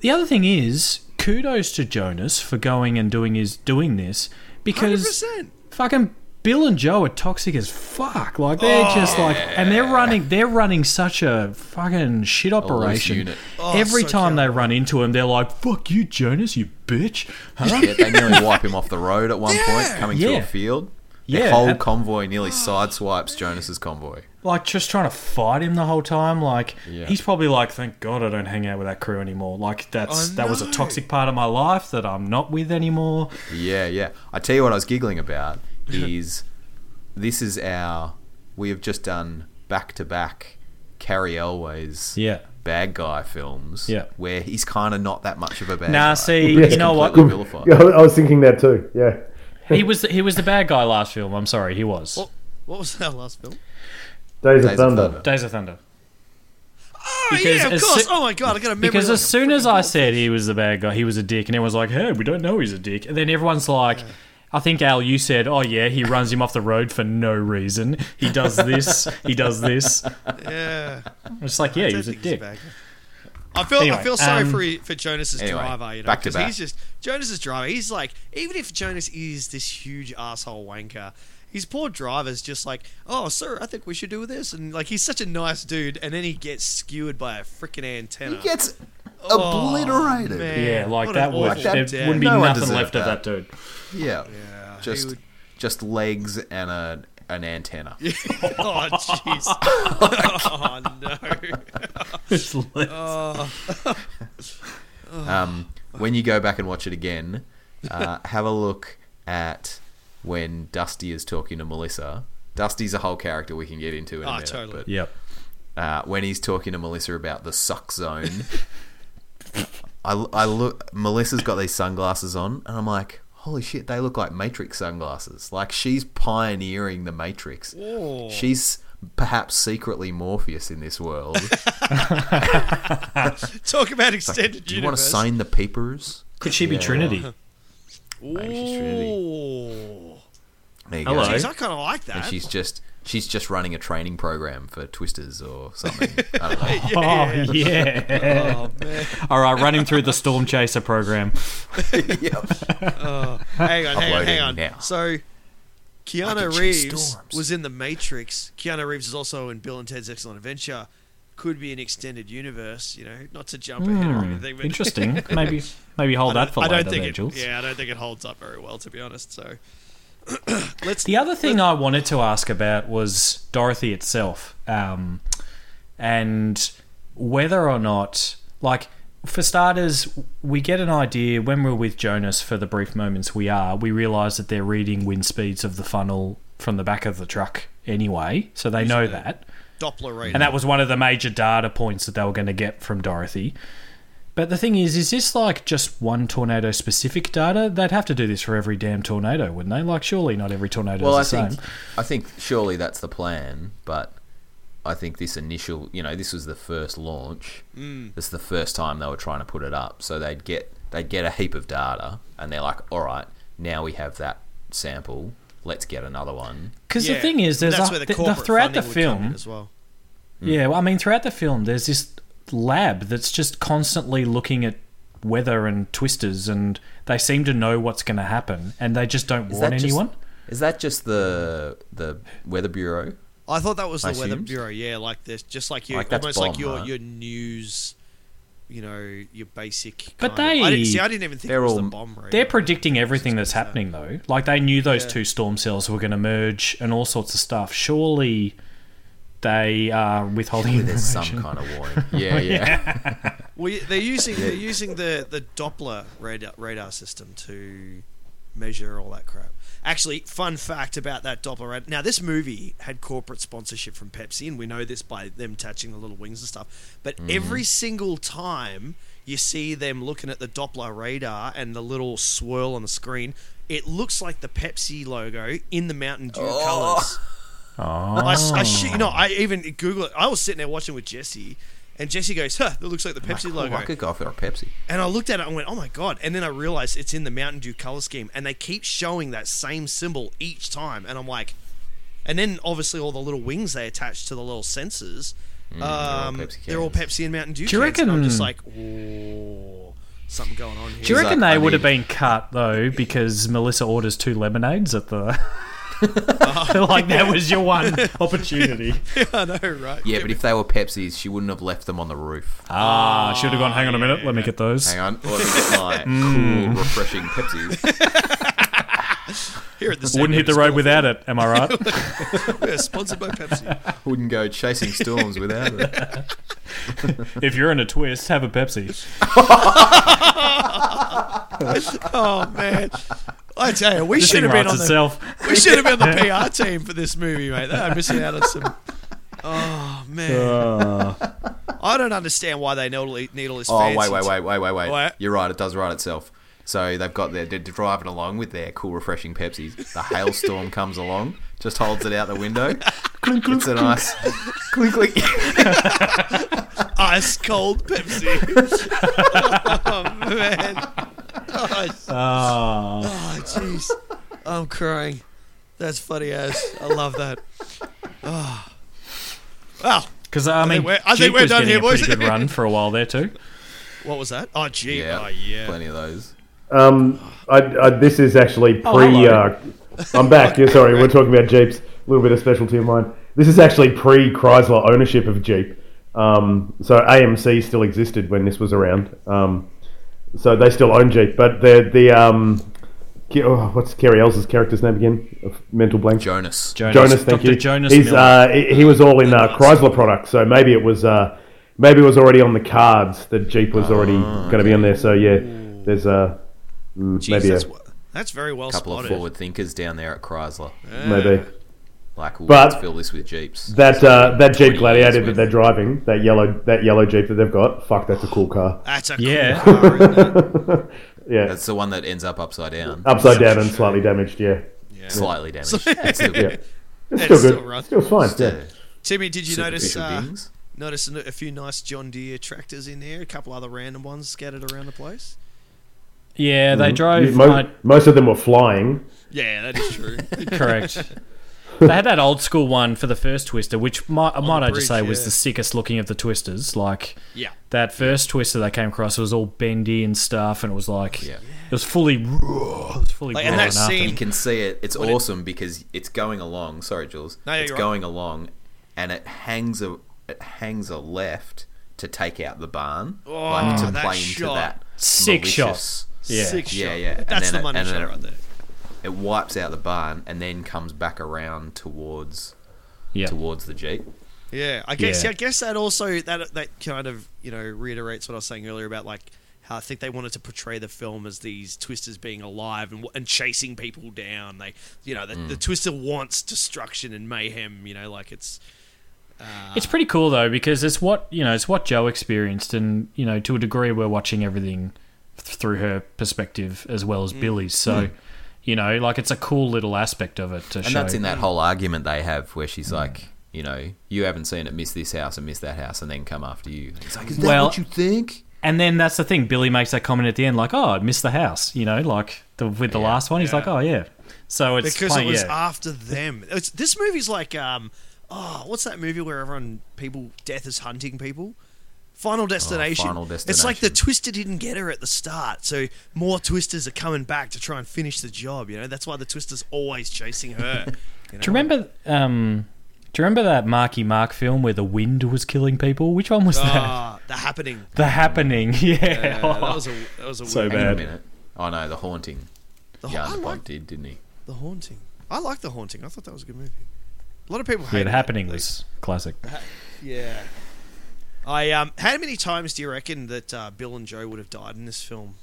The other thing is, kudos to Jonas for going and doing his doing this Hundred because percent. fucking Bill and Joe are toxic as fuck. Like they're Oh, just like, and they're running, they're running such a fucking shit operation. unit. Every Oh, so time cute. they run into him, they're like, "Fuck you, Jonas, you bitch!" Huh? Yeah, they nearly wipe him off the road at one point, coming through Yeah. a field. Yeah, The whole and- convoy nearly sideswipes Jonas's convoy. like just trying to fight him the whole time. Like Yeah. he's probably like, "Thank God I don't hang out with that crew anymore." Like that's I that was a know. toxic part of my life that I'm not with anymore. Yeah, yeah. I tell you what I was giggling about is this is our we have just done back to back Carrie Elway's Yeah. bad guy films. Yeah. Where he's kinda not that much of a bad guy. Nah, see, Yeah. you know what? Completely vilified. Yeah, I was thinking that too. Yeah, He was he was the bad guy last film. I'm sorry, he was What, what was that last film? Days, Days of of Thunder. Thunder. Days of Thunder. Oh Because yeah, of as course. soo- oh my god, I got a memory. Because like as a soon as freaking I ball. said he was the bad guy, he was a dick, and everyone's like, "Hey, we don't know he's a dick." And then everyone's like, "I think Al, you said, oh yeah, he runs him off the road for no reason. He does this, he does this." yeah. I'm just like, "Yeah, he was a don't dick." think he's a bad guy. I feel Anyway, I feel sorry um, for for Jonas's anyway, driver, you know, back to because back. he's just Jonas's driver. He's like, even if Jonas is this huge asshole wanker, his poor driver's just like, oh, sir, I think we should do this, and like he's such a nice dude, and then he gets skewered by a freaking antenna. He gets Oh, obliterated. man. Yeah, like What an that would awful that- there dad. wouldn't be No one nothing left deserved of that that. dude. Yeah. Yeah, he Just would- just legs and a an antenna. oh jeez. oh no. It's lit. Um, when you go back and watch it again, uh, have a look at when Dusty is talking to Melissa. Dusty's a whole character we can get into in a Oh, minute. totally. yep. But uh, when he's talking to Melissa about the suck zone, I, I look. Melissa's got these sunglasses on, and I'm like, holy shit, they look like Matrix sunglasses. Like she's pioneering the Matrix. Oh. She's perhaps secretly Morpheus in this world. Talk about extended Do you want to universe. sign the papers? Could she be Trinity? Maybe she's Trinity. Ooh. There you go. Hello. Jeez, I kind of like that. and she's just she's just running a training program for twisters or something. I don't know. Oh yeah. Oh man. All right, run him through the Storm Chaser program. hang on, hang on, hang Uploading on. now. So, Keanu chase Reeves storms. was in The Matrix. Keanu Reeves is also in Bill and Ted's Excellent Adventure. Could be an extended universe, you know. Not to jump ahead or anything, but Hmm. Interesting. Maybe maybe hold that for I later, don't think there, it. Jules. Yeah, I don't think it holds up very well, to be honest. So, let's. The other thing I wanted to ask about was Dorothy itself, um, and whether or not, like, for starters, we get an idea when we're with Jonas for the brief moments we are. We realise that they're reading wind speeds of the funnel from the back of the truck anyway, so they know that. Doppler rating. And that was one of the major data points that they were going to get from Dorothy. But the thing is, is this like just one tornado specific data? They'd have to do this for every damn tornado, wouldn't they? Like, surely not every tornado well, I is the think same. I think surely that's the plan, but I think this initial, you know, this was the first launch. Mm. This is the first time they were trying to put it up, so they'd get they'd get a heap of data, and they're like, all right, now we have that sample. Let's get another one. Because Yeah, the thing is, there's that's a, where the th- corporate throughout the funding would come in film, as well. yeah. Well, I mean, throughout the film, there's this lab that's just constantly looking at weather and twisters, and they seem to know what's going to happen, and they just don't warn just- anyone. Is that just the the weather bureau? I thought that was the I Weather assumed. Bureau. Yeah, like this, just like you, Like, that's almost like bomb, your right? your news. You know your basic. But kind of- I they- didn't, see. I didn't even think it They're was all- the bomb. Rating. They're predicting everything that's happening, though. Like they knew those two storm cells were going to merge and all sorts of stuff. Surely they are withholding There's information. Oh, some kind of warning. Yeah, yeah. Well, y- they're using they're using the, the Doppler radar, radar system to measure, all that crap. Actually, fun fact about that Doppler ad. Now, this movie had corporate sponsorship from Pepsi, and we know this by them touching the little wings and stuff. But every single time you see them looking at the Doppler radar and the little swirl on the screen, it looks like the Pepsi logo in the Mountain Dew colors. I, s- I shit you know, I even Google it. I was sitting there watching with Jesse, and Jesse goes, "Huh, that looks like the Pepsi Like, oh, logo." I could go for a Pepsi. And I looked at it and went, "Oh my god!" And then I realized it's in the Mountain Dew color scheme, and they keep showing that same symbol each time. And I'm like, and then obviously all the little wings they attach to the little sensors, um, they're, all Pepsi Pepsi and Mountain Dew. Do you cans. And I'm just like, reckon- "Ooh, something going on here." Do you He's reckon like, they I would have need- been cut though because Melissa orders two lemonades at the? like that was your one opportunity. I know, right? Yeah, but if they were Pepsis, she wouldn't have left them on the roof. Ah, should have gone. Hang on a minute. Let me get those. Hang on, let me get my cool, refreshing Pepsis. Here at the Wouldn't hit the road without it. Am I right? We're sponsored by Pepsi. Wouldn't go chasing storms without it. if you're in a twist, have a Pepsi. oh man, I tell you, we This thing should have been writes on the itself. We should have been the PR team for this movie, mate. They're missing out on some. Oh man, Uh, I don't understand why they needle needle his Oh, fancy. wait, wait, wait, wait, wait, wait. What? You're right, it does write itself. So they've got their, they're driving along with their cool, refreshing Pepsis. The hailstorm comes along, just holds it out the window. it's a nice. click, click. Ice cold Pepsi. oh man. Uh. Oh ah. oh, jeez, I'm crying. That's funny ass. I love that. Oh. Well, 'Cause, I mean, think we're- I think Jeep we're was done getting here, a pretty boys. good run for a while there too. what was that? Oh, gee. Yeah, Oh, yeah. plenty of those. Um, I, I, this is actually pre. hello. uh, I'm back. Yeah, sorry, we're talking about Jeeps. A little bit of specialty of mine. This is actually pre Chrysler ownership of Jeep. Um, so AMC still existed when this was around. Um, so they still own Jeep, but the the um, Ke- oh, what's Kerry Ells' character's name again? Mental blank. Jonas. Jonas, Jonas, thank Dr. you. Jonas He's, Miller. uh, he, he was all in uh, Chrysler products, so maybe it was uh, maybe it was already on the cards that Jeep was already going to be on there. So yeah, there's uh, mm, Jeez, maybe that's, a, w- that's very well A couple of spotted. forward thinkers down there at Chrysler. maybe Like, ooh, But- let's fill this with Jeeps. that uh, that Jeep 20 Gladiator years that they're with- driving, that yellow that yellow Jeep that they've got. Fuck, that's a cool car. That's a Yeah. cool car, isn't it? yeah, That's the one that ends up upside down. upside down and slightly damaged. Yeah, Slightly damaged. It's still yeah, it's It's still still good. run. Still fine. just Yeah. a Timmy, did you notice superficial uh, dings. Notice a a few nice John Deere tractors in there, a couple other random ones scattered around the place. yeah, mm-hmm. they drove. Most, my- most of them were flying. Yeah, that is true. Correct. they had that old school one for the first Twister, which might, might I bridge, just say was yeah. the sickest looking of the Twisters. Like yeah. that first Twister they came across was all bendy and stuff, and it was like Yeah. it was fully raw. It was fully Like, raw and that after. scene- You can see it. It's it- awesome because it's going along. Sorry, Jules. No, you're it's right. going along, and it hangs a it hangs a left to take out the barn, Oh, like to that play shot. into that Sick shot. malicious- Yeah. Sick Yeah, shot. yeah, and That's then the it- money and then shot it- right there. It wipes out the barn and then comes back around towards Yeah. towards the jeep. Yeah, I guess. Yeah. See, I guess that also that that kind of you know reiterates what I was saying earlier about like how I think they wanted to portray the film as these twisters being alive and and chasing people down. They, you know, the, the Mm. twister wants destruction and mayhem. You know, like it's It's pretty cool though because it's what you know it's what Joe experienced, and you know to a degree we're watching everything th- through her perspective as well Mm. as Billy's. So you know, like it's a cool little aspect of it to Mm. And show. that's in that whole argument they have where she's like, you know, you haven't seen it miss this house and miss that house and then come after you. It's like, is that Well- what you think? And then that's the thing. Billy makes that comment at the end, like, "Oh, I missed the house," you know, like the, with the last one. He's like, "Oh yeah." So it's because playing- it was yeah. after them. It's, this movie's like, um, oh, what's that movie where everyone people death is hunting people? Oh, Final Destination. Final It's like the Destination. Twister didn't get her at the start, so more Twisters are coming back to try and finish the job. You know, that's why the Twister's always chasing her. you know? do you remember? Um, do you remember that Marky Mark film where the wind was killing people? Which one was that? Ah, the happening. The Happening. Yeah. Yeah, that was a that was a So weird. bad. Hang on a minute. Oh no, the haunting. The, Yeah, I the like bloke did, didn't he? the haunting. I like the haunting. I thought that was a good movie. A lot of people hate yeah, the it. Happening They- was classic. Yeah. I um. How many times do you reckon that uh, Bill and Joe would have died in this film?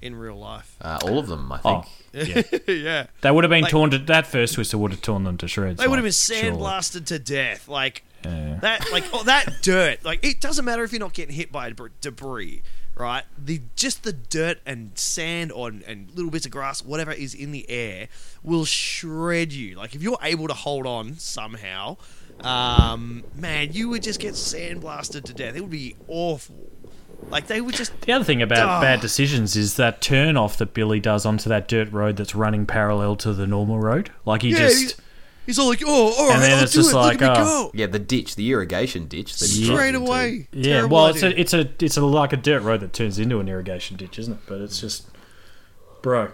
in real life. Uh, all of them, I Oh, think. yeah. yeah. They would have been Like- torn to that first twister would have torn them to shreds. They would have like, been surely. sandblasted to death. Like Yeah. that, like oh, that dirt. Like it doesn't matter if you're not getting hit by debr- debris, right? The just the dirt and sand on and little bits of grass, whatever is in the air, will shred you. Like if you're able to hold on somehow, um, man, you would just get sandblasted to death. It would be awful. Like they would just The other thing about Ah. bad decisions is that turn off that Billy does onto that dirt road that's running parallel to the normal road. Like he yeah. just he- he's all like, oh, all right, then I'll it's do just it. like, Look at me oh, go. Yeah, the ditch, the irrigation ditch. That he Straight dropped into. away. Yeah, Terrible well, it's idea. a, it's a it's a like a dirt road that turns into an irrigation ditch, isn't it? But it's just, bro. What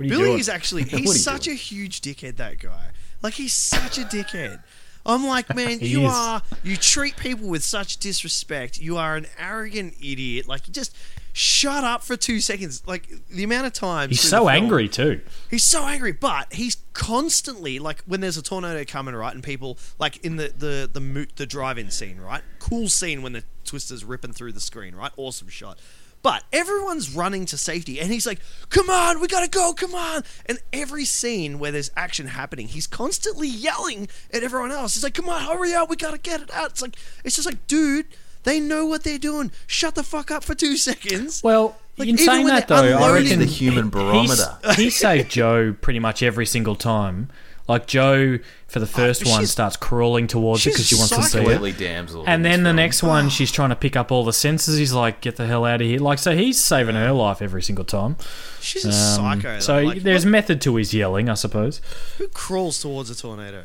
are you Billy doing? is actually What are he's you such a huge dickhead that guy. Like he's such a dickhead. I'm like, man, He you is. are you treat people with such disrespect. You are an arrogant idiot. Like you just shut up for 2 seconds. Like the amount of times He's through so the film- angry too. He's so angry, but he's constantly like when there's a tornado coming, right? And people like in the the the mo- the drive-in scene, right? Cool scene when the twister's ripping through the screen, right? Awesome shot. But everyone's running to safety, and he's like, "Come on, we gotta go! Come on!" And every scene where there's action happening, he's constantly yelling at everyone else. He's like, "Come on, hurry up! We gotta get it out!" It's like it's just like, dude, they know what they're doing. Shut the fuck up for two seconds. Well, Like, in even saying when that they're though, I unloading- reckon The human barometer. he's- He saved Joe pretty much every single time. Like Joe, for the first but one, she's- starts crawling towards it she's because she wants to see it. Completely damsel. in And this then the film. next one, she's trying to pick up all the senses. He's like, "Get the hell out of here!" Like, so he's saving her life every single time. She's a Um, psycho. so though. Like, there's what- method to his yelling, I suppose. Who crawls towards a tornado?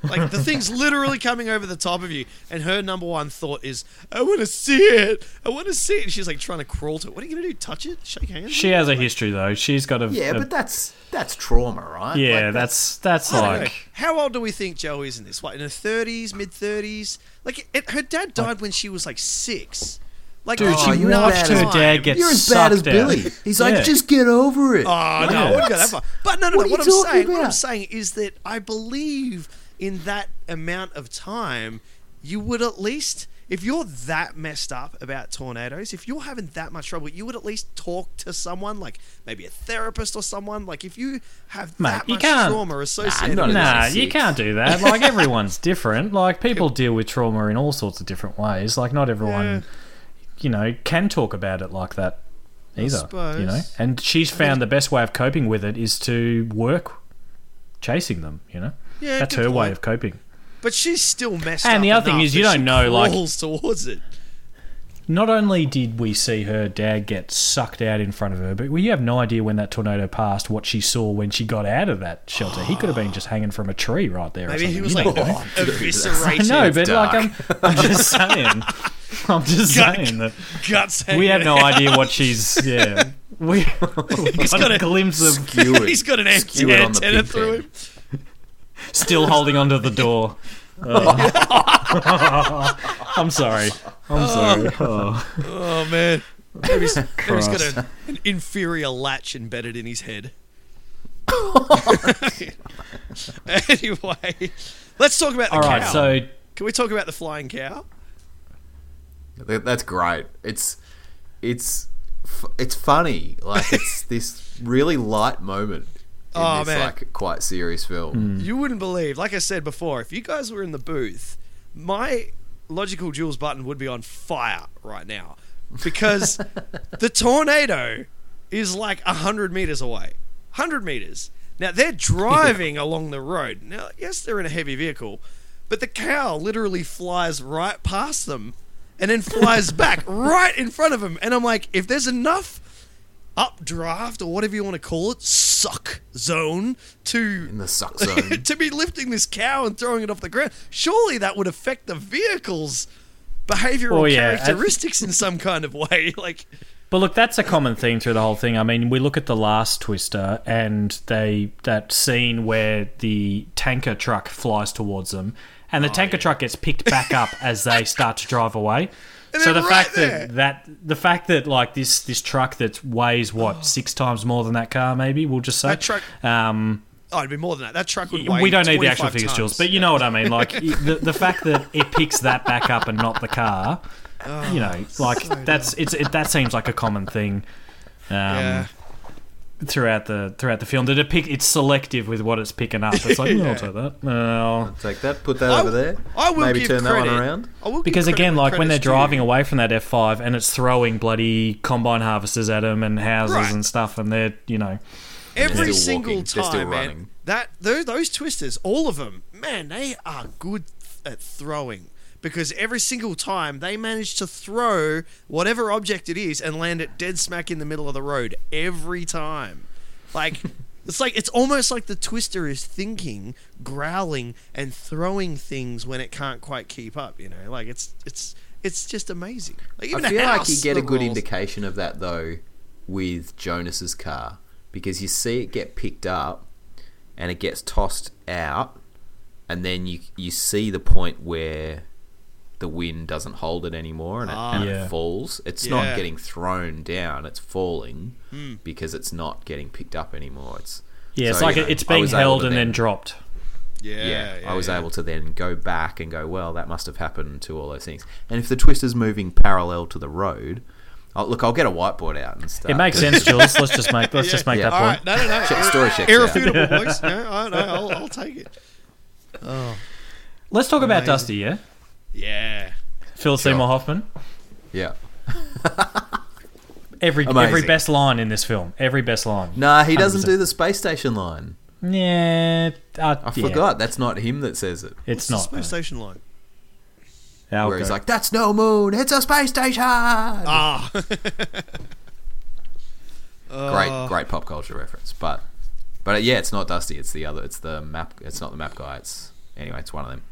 Like the thing's literally coming over the top of you, and her number one thought is, "I want to see it. I want to see it." She's like trying to crawl to it. What are you gonna do? Touch it? Shake hands? She has a history though. She's got a Yeah, a- but that's that's trauma, right? yeah. Like, that's that's I don't know. like How old do we think Joe is in this? What in her thirties, mid thirties? Like it, her dad died when she was like six. Like Dude, she oh, she you know watched that her is- dad get You're as bad as sucked out. Billy. He's like, Yeah. just get over it. Oh, no, I Yeah. wouldn't go that far. But no, no, What are no. What I'm you talking saying, what I'm about? saying is that I believe in that amount of time, you would at least, if you're that messed up about tornadoes, if you're having that much trouble, you would at least talk to someone, like maybe a therapist or someone. Like if you have Mate, that you much can't- trauma associated, not with in it, Nah, Six. you can't do that. Like everyone's different. Like people deal with trauma in all sorts of different ways. Like not everyone, you know, can talk about it like that either. You know, suppose. and she's found the best way of coping with it is to work chasing them. You know, Yeah, that's good her way point. of coping. but she's still messed up. And the other thing enough is you that don't she know, like- crawls towards it. Not only did we see her dad get sucked out in front of her, but we have no idea when that tornado passed what she saw when she got out of that shelter. He could have been just hanging from a tree right there. or Maybe something. he was You like don't know. I eviscerated. know, but dark. like I'm, I'm just saying, I'm just Got- saying that guts. we have hanging no out. idea what she's. Yeah, we he's got a glimpse of Skew it. He's got an Skew it on the antenna pig through pen. him. still holding onto the door. Uh, I'm sorry. I'm sorry. Oh. Oh man. Maybe he's, maybe he's got a, an inferior latch embedded in his head. anyway, let's talk about the All right, cow. so Can we talk about the flying cow? Th- That's great. It's it's f- it's funny. Like it's this really light moment in Oh, this man. like quite serious Hmm. film. You wouldn't believe. Like I said before, if you guys were in the booth, my logical Jules button would be on fire right now because the tornado is like 100 meters away. 100 meters. Now they're driving along the road. Now, yes, they're in a heavy vehicle, but the cow literally flies right past them and then flies back right in front of them. And I'm like, if there's enough updraft or whatever you want to call it, suck zone to In the suck zone. to be lifting this cow and throwing it off the ground. Surely that would affect the vehicle's behavioral Oh, yeah. characteristics in some kind of way. Like, But look, that's a common theme through the whole thing. I mean, we look at the last Twister and they that scene where the tanker truck flies towards them, and Oh, the tanker truck gets picked back up as they start to drive away. So they're the right fact there. that that the fact that like this this truck that weighs what six times more than that car, maybe we'll just say Oh. That truck- Um, oh, it'd be more than that. That truck would weigh we don't need the 25 actual figures, tons. Jules, but you know what I mean. Like i- the, the fact that it picks that back up and Oh, not the car, you know, like that's it's it, that seems like a common thing Um, Yeah. Throughout the throughout the film, that it pick it's selective with what it's picking up. It's like, yeah, I'll take that. No. Take that, put that I- over there. I will Maybe give turn that credit- one around. I will give Because credit again, where like when they're credit's due. driving away from that F five and it's throwing bloody combine harvesters at them and houses Right. and stuff, and they're you know, every They're still single walking. They're time, still man. running. That those, those twisters, all of them, man, they are good th- at throwing because every single time they manage to throw whatever object it is and land it dead smack in the middle of the road every time. Like it's like it's almost like the twister is thinking, growling, and throwing things when it can't quite keep up. You know, like it's it's. It's just amazing. Like even I feel a house like you get a that good rolls. indication of that though with Jonas's car because you see it get picked up and it gets tossed out and then you you see the point where the wind doesn't hold it anymore and it, and it Ah. Yeah. falls. It's Yeah. Hmm. not getting thrown down; it's falling because it's not getting picked up anymore. It's yeah, it's so, like you know, it's I being was able held to and then then- dropped. Yeah, yeah, I was yeah. able to then go back and go, well, that must have happened to all those things. And if the twister's moving parallel to the road, I'll, look, I'll get a whiteboard out and stuff. It makes sense, Jules. Let's just make let's just make Yeah. that All point. right, no, no, no. Check- story checks out. Irrefutable, boys. No, I, no, I'll, I'll take it. Let's talk about Dusty, yeah. Yeah. Phil Seymour Hoffman. Yeah. Every every Amazing. best line in this film. Every best line. Nah, he doesn't do the space station line. Yeah, uh, I yeah, forgot. That's not him that says it. It's What's not. the space uh, station line. I'll Where he's go. like, that's no moon. It's a space station. Ah. great, Uh, great pop culture reference. But, but uh, yeah, it's not Dusty. It's the other. It's the map. It's not the map guy. It's anyway. It's one of them.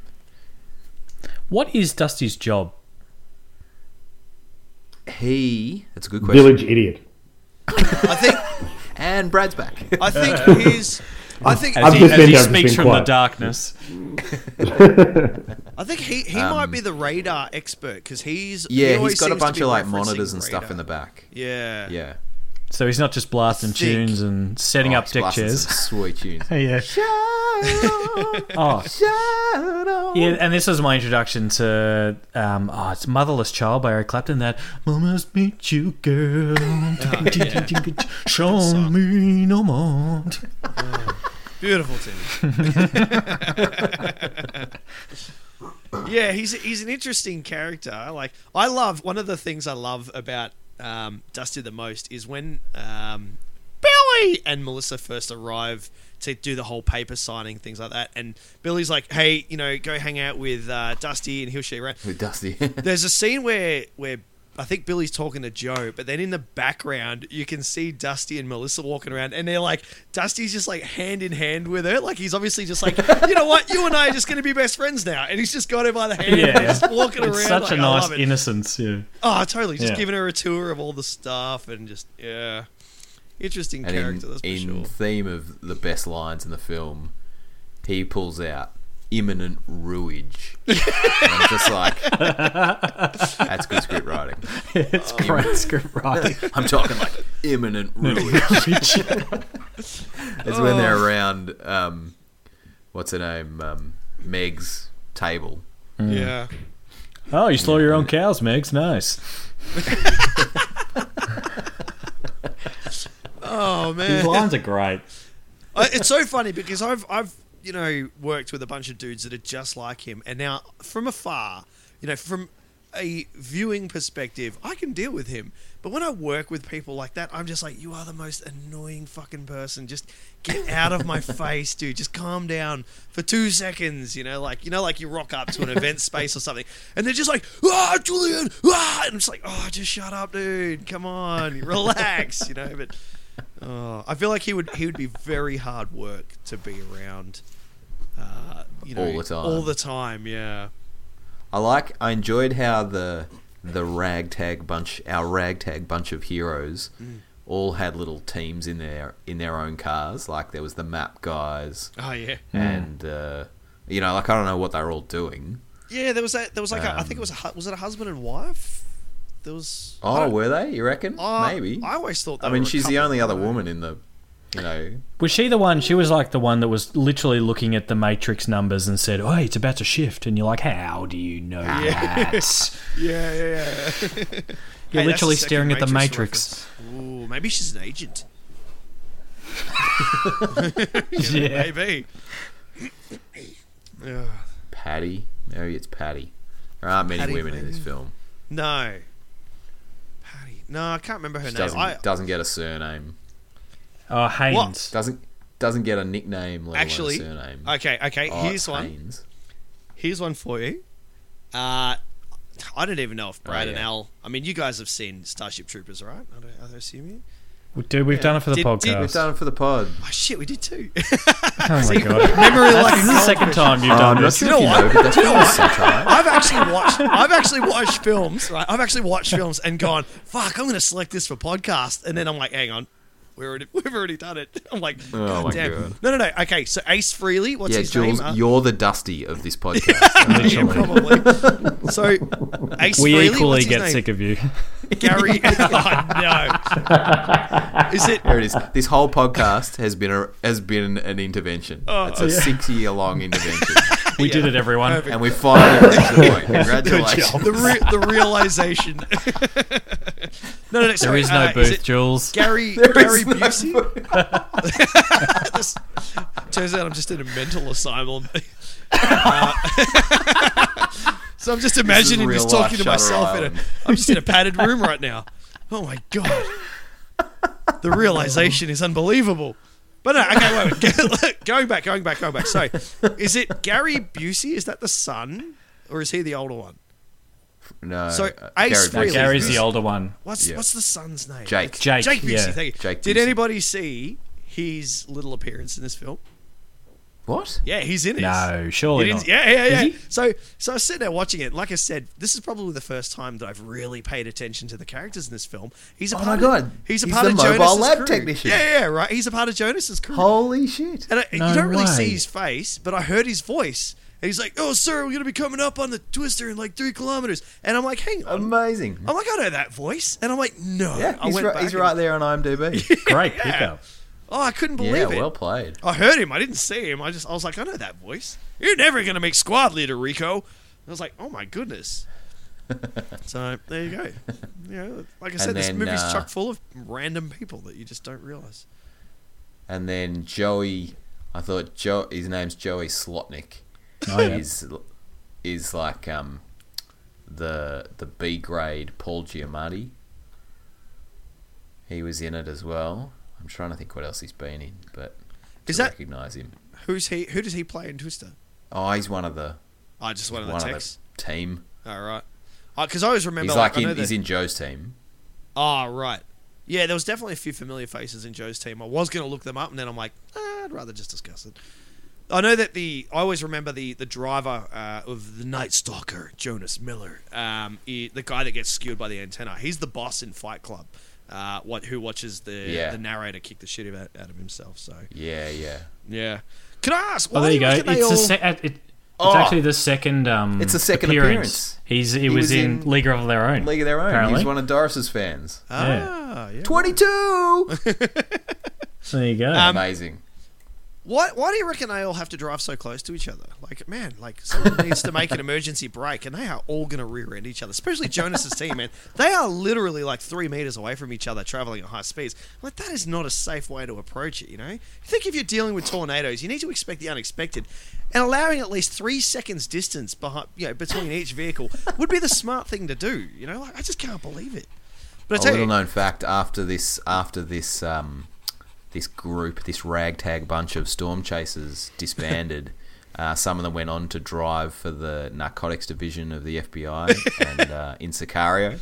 what is Dusty's job? He. That's a good question. Village idiot. I think And Brad's back. I think his I think I've As he, just as been he down, just speaks been from the quiet. darkness. I think he, he might be the radar expert because he's he Yeah, always he's got a seems to bunch be of like referencing monitors and stuff radar. in the back. Yeah. Yeah, So he's not just blasting Thick. tunes and setting Oh, up he's deck blasting chairs. some Sweet tunes. yeah. Oh. Yeah, and this was my introduction to um, oh, it's Motherless Child by Eric Clapton. That mama's meet you, girl. Show me no more. Beautiful Timmy. yeah, he's he's an interesting character. Like I love one of the things I love about um, Dusty the most is when um, Billy and Melissa first arrive to do the whole paper signing things like that, and Billy's like, "Hey, you know, go hang out with uh, Dusty, and he'll show you around." With Dusty. There's a scene where where I think Billy's talking to Joe, but then in the background you can see Dusty and Melissa walking around, and they're like Dusty's just like hand in hand with her, like he's obviously just like, you know what, you and I are just going to be best friends now, and he's just got her by the hand, Yeah, and yeah. just walking around. It's such like, a I nice love it. innocence. Yeah. oh, totally, just Yeah. giving her a tour of all the stuff, and just yeah, interesting and in, character, that's for in sure. theme of the best lines in the film, he pulls out imminent ruinage. and I'm just like, that's good script writing. It's great script writing. I'm talking like imminent ruinage. It's when they're around, um, what's her name, um, Meg's table. Mm. Yeah, oh, you slaughter your own cows, Megs. Nice. oh man, These lines are great. I, it's so funny because I've I've you know worked with a bunch of dudes that are just like him, and now from afar, you know, from a viewing perspective, I can deal with him. But when I work with people like that, I'm just like, you are the most annoying fucking person. Just get out of my face, dude. Just calm down for two seconds. You know, like you know, like you rock up to an event space or something, and they're just like, ah, Julian, ah, and I'm just like, oh, just shut up, dude. Come on, relax. You know, but. Oh, I feel like he would he would be very hard work to be around. Uh, you know, All the time. All the time, yeah. I like. I enjoyed how the the ragtag bunch, our ragtag bunch of heroes, Mm. all had little teams in their in their own cars. Like there was the map guys, Oh yeah. and uh, you know, like I don't know what they were all doing. Yeah, there was that. There was like a, I think it was a hu- was it a husband and wife? There was. I Oh, don't- were they? You reckon? uh, Maybe. I always thought. I they mean, were a she's the couple, only I other don't know. woman in the You know, Was she the one? She was like the one that was literally looking at the matrix numbers and said, "Oh, it's about to shift," and you're like, "How do you know that?" Yeah, yeah, yeah. You're Hey, that's literally a second staring at the Matrix. Matrix. reference. Ooh, maybe she's an agent. Yeah. Maybe. Ugh, Patty. Maybe it's Patty. There aren't many Patty, women in this maybe. film. no. Patty. No, I can't remember her She name. doesn't I, doesn't get a surname. Oh, Haynes. Doesn't doesn't get a nickname. Let Actually, alone a surname. okay, okay. Oh, here's one. Haynes. Here's one for you. Uh, I don't even know if Brad and Oh, yeah. Al. I mean, you guys have seen Starship Troopers, right? I don't, I don't assume you. Dude, we've done it for the Did- did- podcast. We've done it for the pod. Oh shit, we did too. oh my god! Memory this is the second time you've done I'm not this. sure if Um, you know, but that's what I was saying. I've actually watched. I've actually watched films. Right? I've actually watched films and gone, "Fuck, I'm going to select this for podcast," and then I'm like, "Hang on." We already, we've already done it. I'm like, Oh God my damn. God. No, no, no. Okay, so Ace Freely, what's Yeah, his Jules, name? Uh, you're the Dusty of this podcast. yeah, probably. So, Ace We Freely, equally what's his get name? sick of you. Gary. oh, no. Is it? There it is. This whole podcast has been a, has been an intervention. Oh, it's a six year long intervention, We did it, everyone. and we finally reached the point. Congratulations. The, re- the realization. no, no, no. There sorry, is no uh, booth, it Jules. Gary Gary Busey. This- turns out I'm just in a mental asylum. Uh, so I'm just imagining real just talking life to Shutter myself in Island. a. I'm just in a padded room right now. Oh my god. The realization is unbelievable. But no, okay, wait, wait. Go- look, going back, going back, going back. So, is it Gary Busey? Is that the son, or is he the older one? No, So, uh, Ace Gary Frehley. Busey. Gary's Who's- the older one. What's Yeah. what's the son's name? Jake. Jake. Jake Busey. yeah. Thank you. Jake Did Busey. anybody see his little appearance in this film? What? Yeah, he's in it. No, He surely didn't- not. yeah, yeah, yeah. Is he? So, so I was sitting there watching it. Like I said, this is probably the first time that I've really paid attention to the characters in this film. He's Oh a part my of- God. he's a He's part the of mobile Jonas's lab crew. technician. Yeah, yeah, yeah, right. He's a part of Jonas's crew. Holy shit! And I, No you don't really way. see his face, but I heard his voice. And he's like, "Oh, sir, we're gonna be coming up on the Twister in like three kilometers." And I'm like, "Hang on." Amazing. I'm like, "I know that voice," and I'm like, "No." Um, yeah, I he's, went right, back he's and- right there on IMDb. Great pickup. Oh, I couldn't believe yeah, it. well played. I heard him. I didn't see him. I just I was like, I know that voice. You're never gonna make squad leader, Rico. And I was like, oh my goodness. so there you go. You know, like I said, this then, movie's uh, chock full of random people that you just don't realize. And then Joey, I thought Joe, his name's Joey Slotnick. Oh, yeah. Is is like um, the the B grade Paul Giamatti. He was in it as well. I'm trying to think what else he's been in, but Is to that- recognise him? Who's he? Who does he play in Twister? Oh, he's one of the I just one of the one texts. of the team. All right. Because I always remember. He's like I know in, he's that- in Joe's team. Oh, right. Yeah, there was definitely a few familiar faces in Joe's team. I was going to look them up, and then I'm like, ah, I'd rather just discuss it. I know that the I always remember the the driver uh, of the Night Stalker, Jonas Miller, um, he- the guy that gets skewed by the antenna. He's the boss in Fight Club, uh, what who watches the Yeah. the narrator kick the shit out, out of himself. So Yeah, yeah. yeah, can I ask? Why Oh, there do you go. reckon they It's, the all- se- it, it's Oh. actually the second. Um, It's the second appearance. He's he, was, was in, in League of Their Own. League of Their Own. Apparently. He's one of Doris's fans. Ah, yeah. Twenty two. Um, There you go. Amazing. Why, why do you reckon they all have to drive so close to each other? Like, man, like someone needs to make an emergency break, and they are all going to rear end each other. Especially Jonas's team, man. They are literally like three meters away from each other, traveling at high speeds. Like that is not a safe way to approach it. You know, you think if you're dealing with tornadoes, you need to expect the unexpected, and allowing at least three seconds distance behind, you know, between each vehicle would be the smart thing to do. You know, like I just can't believe it. But I A tell little you, known fact: after this, after this, um, this group, this ragtag bunch of storm chasers disbanded. Uh, some of them went on to drive for the narcotics division of the FBI and uh, in Sicario.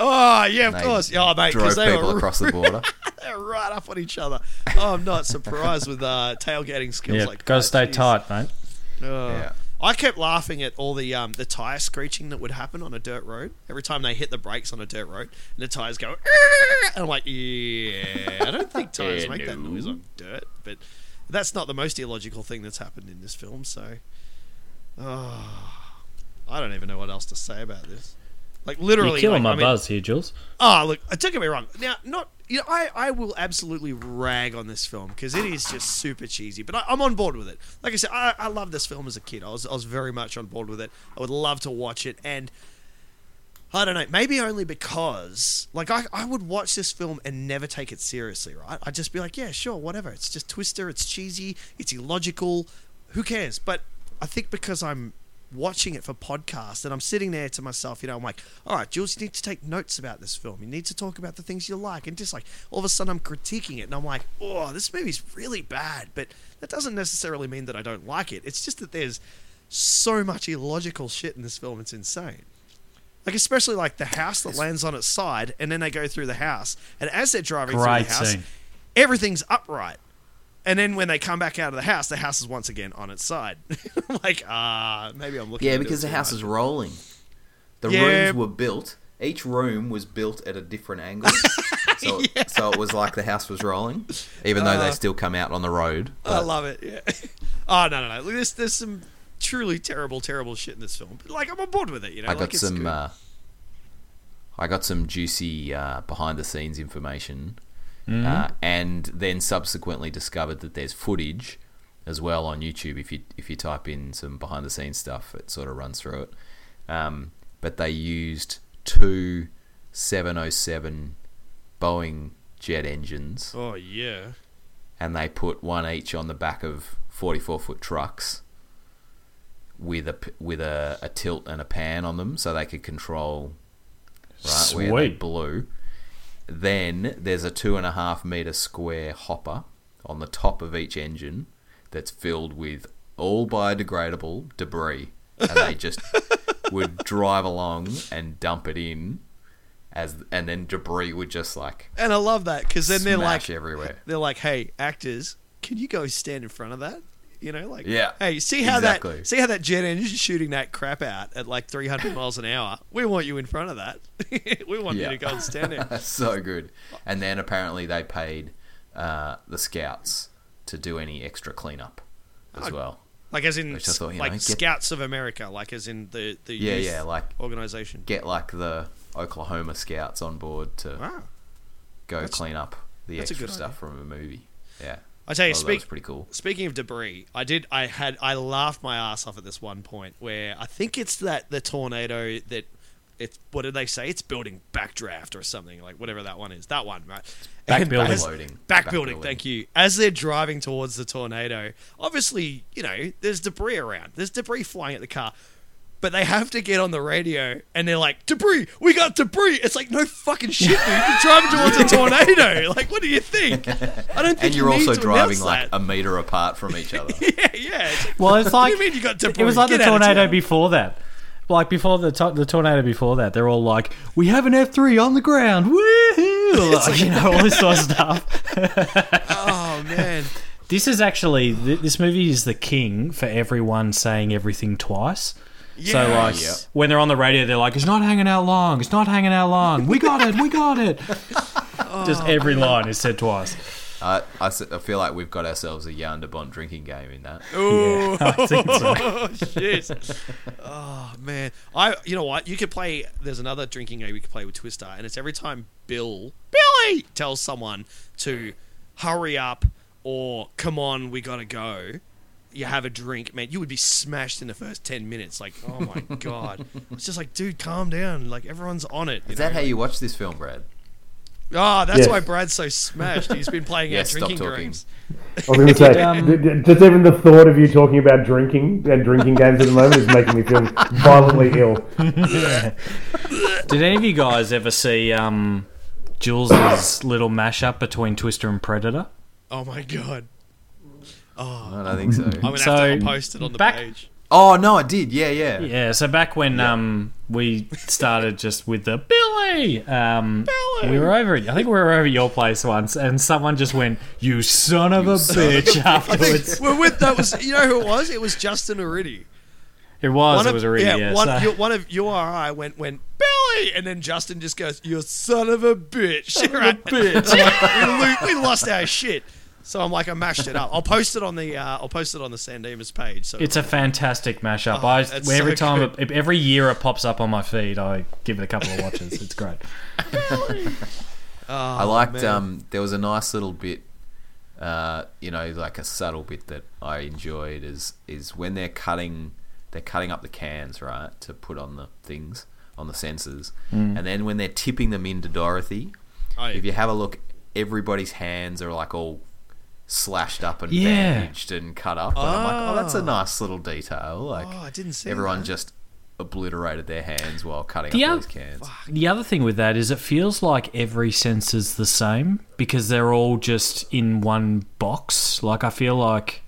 oh yeah, of They course, yeah, mate, drove because they people were across the border. They're right up on each other. Oh, I'm not surprised with uh, tailgating skills. yeah, like gotta that. stay Jeez. tight, mate. Oh. Yeah. I kept laughing at all the um, the tire screeching that would happen on a dirt road every time they hit the brakes on a dirt road, and the tires go. "Arr!" And I'm like, yeah, I don't think tires Yeah, make that no. noise on dirt, but that's not the most illogical thing that's happened in this film. So, oh, I don't even know what else to say about this. Like You're literally, killing like, my I mean, buzz here, Jules. Oh, look, I don't get me wrong. Now, not you know, I, I will absolutely rag on this film because it is just super cheesy. But I, I'm on board with it. Like I said, I, I love this film as a kid. I was I was very much on board with it. I would love to watch it, and I don't know, maybe only because like I, I would watch this film and never take it seriously, right? I'd just be like, yeah, sure, whatever. It's just Twister. It's cheesy. It's illogical. Who cares? But I think because I'm watching it for podcast and I'm sitting there to myself, you know, I'm like, all right, Jules, you need to take notes about this film. You need to talk about the things you like and dislike. All of a sudden, I'm critiquing it and I'm like, oh, this movie's really bad. But that doesn't necessarily mean that I don't like it. It's just that there's so much illogical shit in this film. It's insane. Like especially like the house that lands on its side, and then they go through the house, and as they're driving Great through the house, scene. everything's upright. And then when they come back out of the house, the house is once again on its side. like ah, maybe I'm looking. Yeah, into because it the too house much. is rolling. The Yeah. rooms were built. Each room was built at a different angle. so, so it was like the house was rolling, even though Uh. they still come out on the road. I love it. Yeah. oh no no no! Look, There's there's some truly terrible terrible shit in this film. But, like I'm on board with it. You know, I like, got it's some. good. Uh, I got some juicy uh, behind the scenes information, Mm-hmm. uh, and then subsequently discovered that there's footage as well on YouTube. If you if you type in some behind the scenes stuff, it sort of runs through it. Um, but they used two 707 Boeing jet engines, oh yeah. and they put one each on the back of 44 foot trucks with a p- with a, a tilt and a pan on them so they could control right where they Sweet. blew then there's a two and a half meter square hopper on the top of each engine that's filled with all biodegradable debris and they just would drive along and dump it in as and then debris would just like And I love that because then they're smash like everywhere they're like, hey actors, can you go stand in front of that? You know, like Yeah, Hey, see how exactly. that see how that jet engine shooting that crap out at like 300 miles an hour. We want you in front of that. we want Yeah. you to go and stand there. That's so good. And then apparently they paid uh, the scouts to do any extra cleanup as Oh, well. Like as in Which I thought, you like know, get- Scouts of America, like as in the the Yeah, youth yeah, like organization. get like the Oklahoma scouts on board to Wow. go that's- clean up the that's a extra good stuff from a movie. Yeah. I tell you, Oh, that speak, was pretty cool. Speaking of debris, I did. I had. I laughed my ass off at this one point where I think it's that the tornado that it's. What did they say? It's building backdraft or something like whatever that one is. That one, right? And backbuilding. as- Backloading. Backbuilding. Backbuilding. Thank you. As they're driving towards the tornado, obviously, you know, there's debris around. There's debris flying at the car. But they have to get on the radio and they're like, debris, we got debris. It's like, no fucking shit, dude. You're driving towards a tornado. Like, what do you think? I don't think And you you're need also to driving announce like that a meter apart from each other. yeah, yeah. It's like, Well, it's what like do you mean you got debris? it was like Get the out of tornado town. before that. Like before the to- the tornado before that, they're all like, "We have an F three on the ground, woohoo!" Like, you know all this sort of stuff. Oh man, This is actually th- this movie is the king for everyone saying everything twice. So like Yes. when they're on the radio, they're like, "It's not hanging out long. It's not hanging out long. We got it. We got it." Just every line is said twice. I, I s- I feel like we've got ourselves a Jan de Bond drinking game in that. Yeah, I think so. oh shit. oh man, I. You know what? You could play. There's another drinking game you could play with Twister, and it's every time Bill Billy tells someone to hurry up or come on, we gotta go. You have a drink, man. You would be smashed in the first ten minutes. Like, oh my god, it's just like, dude, calm down. Like everyone's on it. you Is that know? how you watch this film, Brad? Oh, that's Yes. why Brad's so smashed. He's been playing Yeah, our stop drinking talking. games. I was going to say, um, d- d- just even the thought of you talking about drinking and drinking games at the moment is making me feel violently ill. Did any of you guys ever see um, Jules's little mashup between Twister and Predator? Oh my god. I don't think so. I'm gonna So, have to I'll post it on the back- page. Oh no, I did. Yeah, yeah. Yeah, so back when um, we started just with the Billy, um, we were over. I think we were over at your place once, and someone just went, "You son of a bitch!" Afterwards, We're with that was you know who it was? It was Justin Aridi. it was. One It of, was a really yeah, yeah. one, so- you- one of URI went went Billy, and then Justin just goes, "You son of a bitch!" Right? bitch. Like, we, lo- we lost our shit. So I'm like, I mashed it up. I'll post it on the uh, I'll post it on the Sandemus page. So It's a fantastic mashup. Oh, I it's every so time, it, every year it pops up on my feed. I give it a couple of watches. It's great. I Oh, liked. Um, there was a nice little bit, uh, you know, like a subtle bit that I enjoyed is is when they're cutting they're cutting up the cans right to put on the things on the sensors, Mm. and then when they're tipping them into Dorothy, Oh, yeah. if you have a look, everybody's hands are like all slashed up and Yeah. bandaged and cut up. And I'm like, oh, that's a nice little detail. Like Ah. Oh, I didn't see everyone that. just obliterated their hands while cutting The up oth- those cans. The other thing with that is it feels like every sensor's the same because they're all just in one box. Like I feel like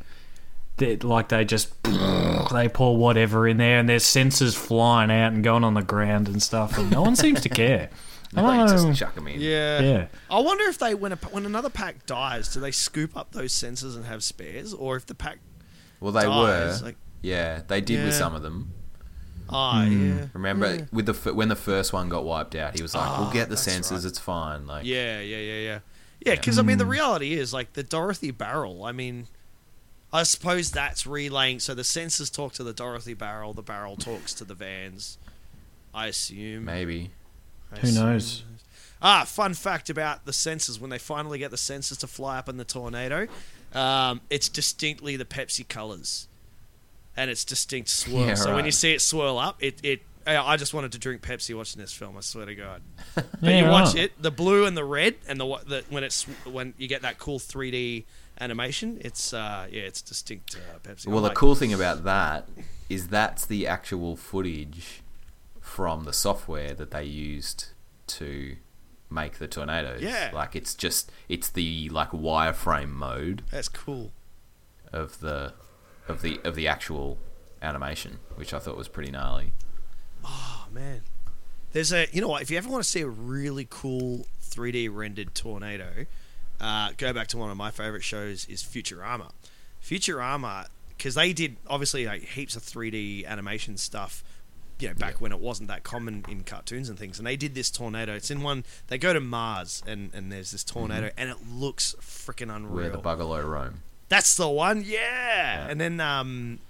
they like they just they pour whatever in there and there's sensors flying out and going on the ground and stuff and no one seems to care. Like, Oh, just chuck 'em in. yeah. yeah. I wonder if they when a, when another pack dies, do they scoop up those sensors and have spares, or if the pack? Well, they dies, were. like- yeah, they did with Yeah. some of them. Ah, yeah. Ah, Remember, with the f- when the first one got wiped out, he was like, "We'll get the sensors. It's fine." Like, Yeah, yeah, yeah, yeah. Yeah, because I mean, Mm. the reality is like the Dorothy barrel. I mean, I suppose that's relaying. So the sensors talk to the Dorothy barrel. The barrel talks to the vans. I assume. maybe. I Who assume. knows? Ah, fun fact about the sensors: when they finally get the sensors to fly up in the tornado, um, it's distinctly the Pepsi colors, and it's distinct swirl. Yeah, So when right. you see it swirl up, it it. I I just wanted to drink Pepsi watching this film. I swear to God. But Yeah, you watch right. it, the blue and the red, and the, wa- the when it's when you get that cool 3D animation, it's uh yeah, it's distinct uh, Pepsi. Well, I'm the like, cool thing about that is that's the actual footage from the software that they used to make the tornadoes. Yeah. like it's just it's the like wireframe mode That's cool. of the of the of the actual animation, which I thought was pretty gnarly. Oh man, there's a you know what? If you ever want to see a really cool 3D rendered tornado, uh, go back to one of my favorite shows is Futurama. Futurama because they did obviously like heaps of 3D animation stuff. You know, back when it wasn't that common in cartoons and things, and they did this tornado. It's in one. They go to Mars, and and there's this tornado, and it looks freaking unreal. Mm-hmm. Where the bungalow roam. That's the one, yeah. And then, um,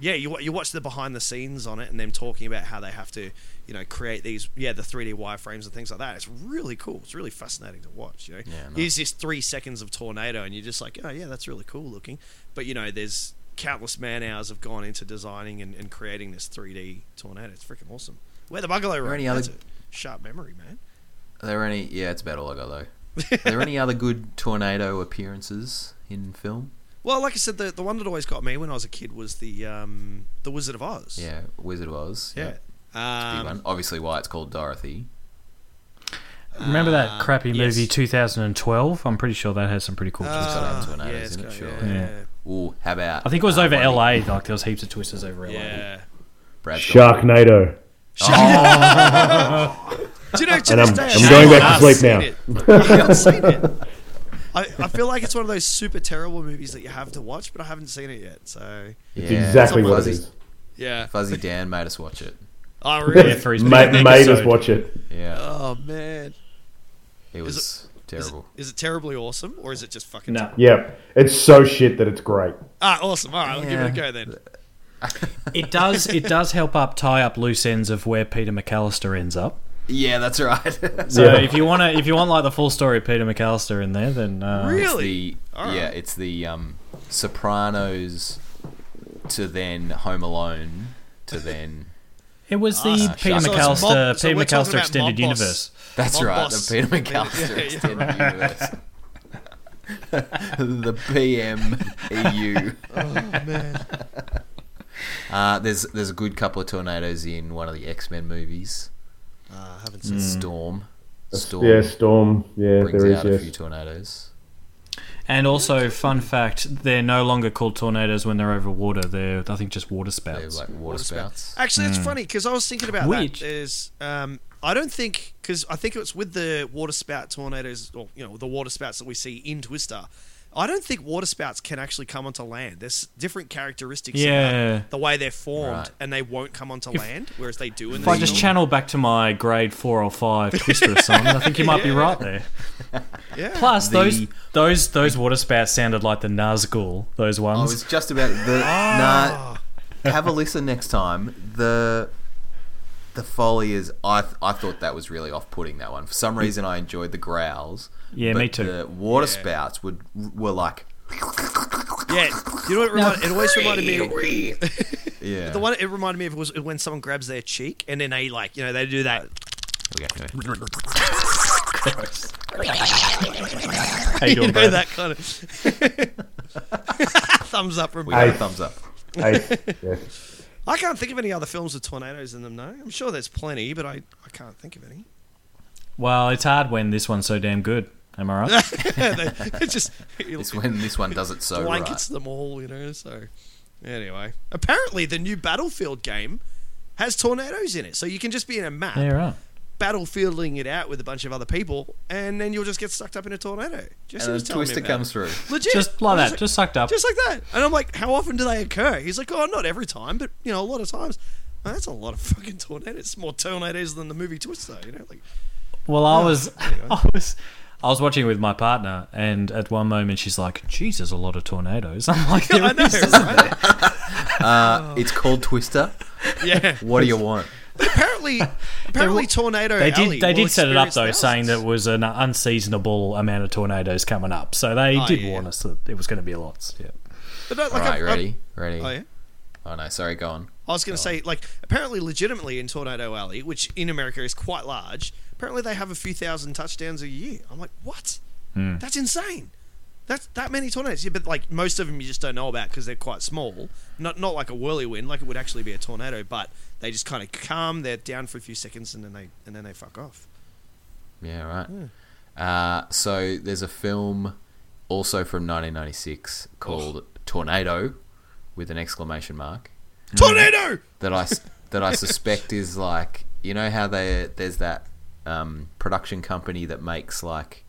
yeah, you wa- you watch the behind the scenes on it, and them talking about how they have to, you know, create these, yeah, the three D wireframes and things like that. It's really cool. It's really fascinating to watch. You know, Yeah, nice. here's this three seconds of tornado, and you're just like, oh yeah, that's really cool looking. But you know, there's countless man hours have gone into designing and, and creating this three D tornado. It's freaking awesome. Where the bungalow room? any other- That's a sharp memory, man. Are there any? Yeah, it's about all I got though. Are there any other good tornado appearances in film? Well, like I said, the, the one that always got me when I was a kid was the um, the Wizard of Oz. Yeah, Wizard of Oz. Yeah. Big Um, one. Obviously, why it's called Dorothy. Remember that crappy Uh, yes. movie 2012? I'm pretty sure that has some pretty cool Ah, twists. got into an eight, yeah, it's isn't it? got- Sure. Yeah. Ooh, how about? I think it was uh, over one of LA. Like there was heaps of twisters over LA. yeah. Brad's Sharknado. Do you know, to And this I'm- day, I'm I going haven't back to sleep seen it. I haven't seen it. I, I feel like it's one of those super terrible movies that you have to watch, but I haven't seen it yet. So, Yeah. It's exactly Someone what it was- is. yeah. Fuzzy Dan made us watch it. I really. for his Ma- big made us episode. watch it. Yeah, Oh, man. it was Is it, terrible. is it terribly awesome, or is it just fucking. No. Yeah, it's so shit that it's great. Ah, awesome. All right, we'll give it a Yeah. go then. It does. It does help up tie up loose ends of where Peter McAllister ends up. Yeah, that's right. So Yeah. if you want to, if you want like the full story of Peter McAllister in there, then uh, It's Really? the, yeah, it's the um, Sopranos to then Home Alone to then. it was the Awesome. Peter So it's McAllister, mob- so Peter we're talking McAllister about extended mob boss. universe. That's Mob right, Boss. the Peter McAllister Yeah, yeah, extended universe. the E PMEU. Oh, man. Uh, there's there's a good couple of tornadoes in one of the X Men movies. Ah, I haven't It's seen Mm. it. Storm. Storm Yeah, Storm. Yeah, brings there out a is. few Yes. tornadoes. And also, fun fact: they're no longer called tornadoes when they're over water. They're, I think, just water They're spouts. like water spouts. Actually, it's funny because I was thinking about Hmm. Which- that. Is um, I don't think because I think it was with the water spout tornadoes or you know the water spouts that we see in Twister. I don't think water spouts can actually come onto land. There's different characteristics. about Yeah. the way they're formed Right. and they won't come onto land, whereas they do in if I the just channel back to my grade four or five Twister song, I think you might be right there. Yeah. Plus, The- those those those water spouts sounded like the Nazgul. Those I ones. was Oh, just about the Ah. nah. Have a listen next time. The the foley is. I th- I thought that was really off putting. That one for some reason I enjoyed the growls. Yeah, but me too. The water spouts would were like Yeah, you know what? It, reminded, it always reminded me. yeah. The one it reminded me of was when someone grabs their cheek and then they like, you know, they do that. Okay, anyway. How you doing, You know, bro? that kind of thumbs up. From We got a I- thumbs up. Ace, yes. I can't think of any other films with tornadoes in them. No, I'm sure there's plenty, but I, I can't think of any. Well, it's hard when this one's so damn good. Am I right? it just It's when this one does it so right. blankets them all, you know. So anyway, apparently the new Battlefield game has tornadoes in it, so you can just be in a map, yeah, right. battlefielding it out with a bunch of other people, and then you'll just get sucked up in a tornado. Just And the twister comes through. Legit, Just like I that. was Just sucked up. just like that. And I'm like, how often do they occur? He's like, oh, not every time, but you know, a lot of times. Man, that's a lot of fucking tornadoes. It's more tornadoes than the movie Twister, you know. Like, Well, oh, I was, I was, I was watching it with my partner, and at one moment she's like, "Geez, there's a lot of tornadoes." I'm like, I "There know, is." right? Uh, it's called Twister. Oh. yeah. What do you want? Apparently, apparently, tornado. They did. Alley They will did set it up experience though, saying thousands. that was an unseasonable amount of tornadoes coming up. So they Oh, did yeah. warn us that it was going to be lots. Yeah. But no, like, All right, I've- you I've- ready? Ready? Oh yeah. Oh, no, sorry, go on. I was going to say, like, apparently, legitimately in Tornado Alley, which in America is quite large, apparently they have a few thousand touchdowns a year. I'm like, what? Hmm. That's insane. That's that many tornadoes. Yeah, but like most of them, you just don't know about because they're quite small. Not not like a whirlwind, like it would actually be a tornado, but they just kind of come. They're down for a few seconds and then they and then they fuck off. Yeah, right. Hmm. Uh, so there's a film also from 1996 called Tornado with an exclamation mark Hmm. Tornado. that I s- that I suspect is like you know how they there's that um, production company that makes like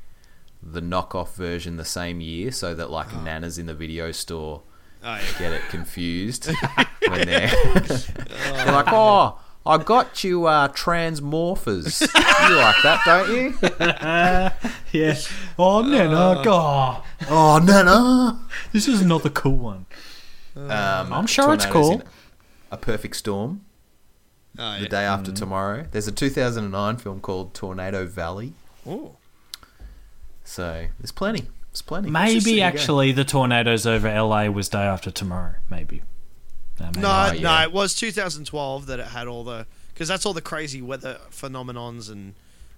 the knockoff version the same year so that like Oh. nanas in the video store Oh yeah. get it confused when they're, they're like, oh, I got you uh, Transmorphers. you like that, don't you? Yeah. Oh no, Uh, no, God, oh, no, no. this is not the cool one. Um, I'm sure it's tornadoes cool. in A Perfect Storm, Oh, The yeah. Day After Tomorrow. There's a 2009 film called Tornado Valley. Oh. So there's plenty. There's plenty. There you Maybe go. actually the tornadoes over LA was day after tomorrow. Maybe. No, maybe. No, Uh, yeah. no, it was 2012 that it had all the because that's all the crazy weather phenomenons and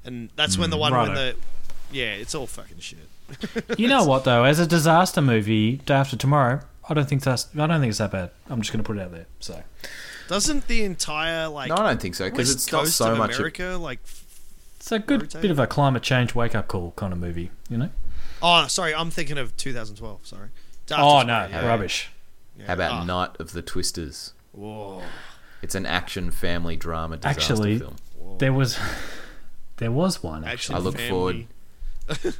and that's when the Mm, one when righto. the yeah, it's all fucking shit. You know what though? As a disaster movie, day after tomorrow, I don't think that's. I don't think it's that bad. I'm just going to put it out there. So Doesn't the entire like No, I don't think so because west it's not coast so of much. America like f- it's a good Rotate. bit of a climate change wake up call kind of movie. You know? oh sorry, I'm thinking of 2012. Sorry. Dark Oh Despair, no, yeah, rubbish. yeah. How about Ah, Night of the Twisters? Whoa. It's an action family drama disaster Actually, film. There was, there was one. Action I look family. forward.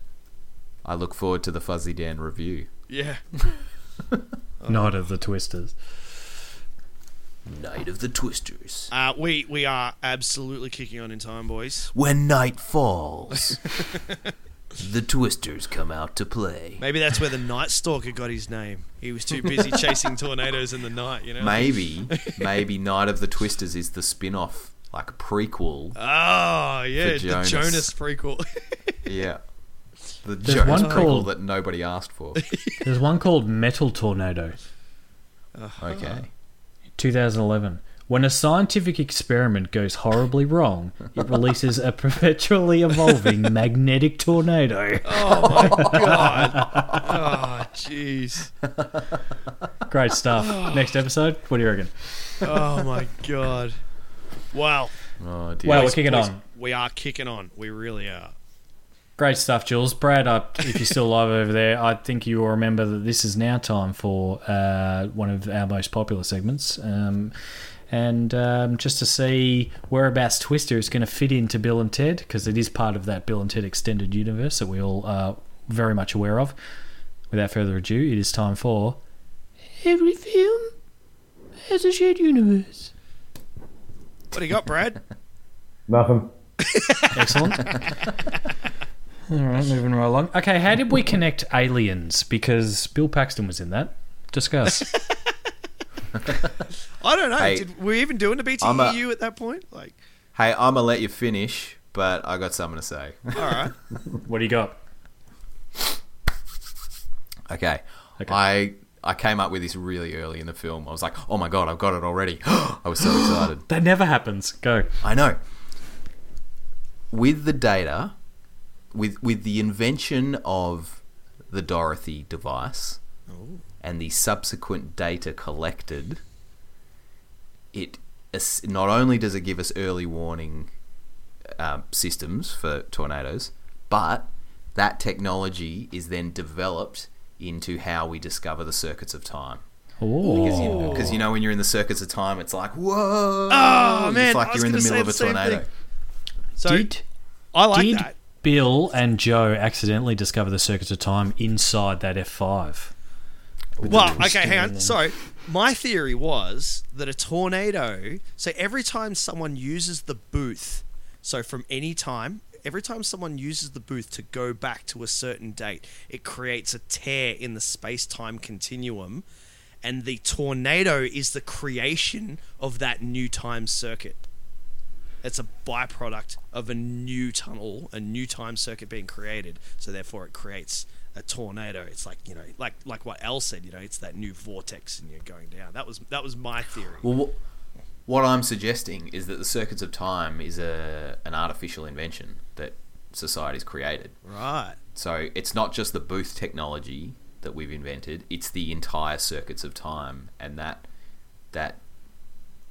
I look forward to the Fuzzy Dan review. Yeah. Night of the Twisters. Night of the Twisters. Uh, we we are absolutely kicking on in time, boys. When night falls, the Twisters come out to play. Maybe that's where the Night Stalker got his name. He was too busy chasing tornadoes in the night, you know. Maybe, maybe Night of the Twisters is the spin off, like prequel. Oh yeah, For Jonas. the Jonas prequel. yeah. The There's Jones one prequel called- that nobody asked for. There's one called Metal Tornado. Okay. 2011. When a scientific experiment goes horribly wrong, it releases a perpetually evolving magnetic tornado. oh jeez. Great stuff. Next episode, what do you reckon? Oh my god. Wow. Oh dear. Well, we're kicking on. We are kicking on. We really are. Great stuff, Jules. Brad, I, if you're still live over there, I think you will remember that this is now time for uh, one of our most popular segments. Um, and um, just to see whereabouts Twister is going to fit into Bill and Ted, because it is part of that Bill and Ted extended universe that we all are very much aware of. Without further ado, it is time for. Every film has a shared universe. What do you got, Brad? Nothing. Excellent. All right, moving right along. Okay, how did we connect aliens? Because Bill Paxton was in that. Discuss. I don't know. Hey, Did, were we even doing the I'm a- BTEU at that point? Like, Hey, I'm gonna let you finish, but I got something to say. all right. what do you got? okay. Okay. I I came up with this really early in the film. I was like, oh my god, I've got it already. I was so excited. That never happens. Go. I know. With the data, with with the invention of the Dorothy device and the subsequent data collected, it es- not only does it give us early warning um, systems for tornadoes, but that technology is then developed into how we discover the circuits of time. Because you, because you know when you're in the circuits of time, it's like whoa, Oh, it's man, I like was you're in the gonna say middle of the a same tornado. thing. So Did I like did that. Bill and Joe accidentally discover the circuits of time inside that F five? Well, okay, hang on. Sorry. My theory was that a tornado, so every time someone uses the booth, so from any time, every time someone uses the booth to go back to a certain date, it creates a tear in the space time continuum. And the tornado is the creation of that new time circuit. It's a byproduct of a new tunnel, a new time circuit being created. So therefore, it creates a tornado. It's like you know, like like what L said. You know, it's that new vortex, and you're going down. That was that was my theory. Well, wh- what I'm suggesting is that the circuits of time is a an artificial invention that society's created. Right. So it's not just the booth technology that we've invented; it's the entire circuits of time, and that that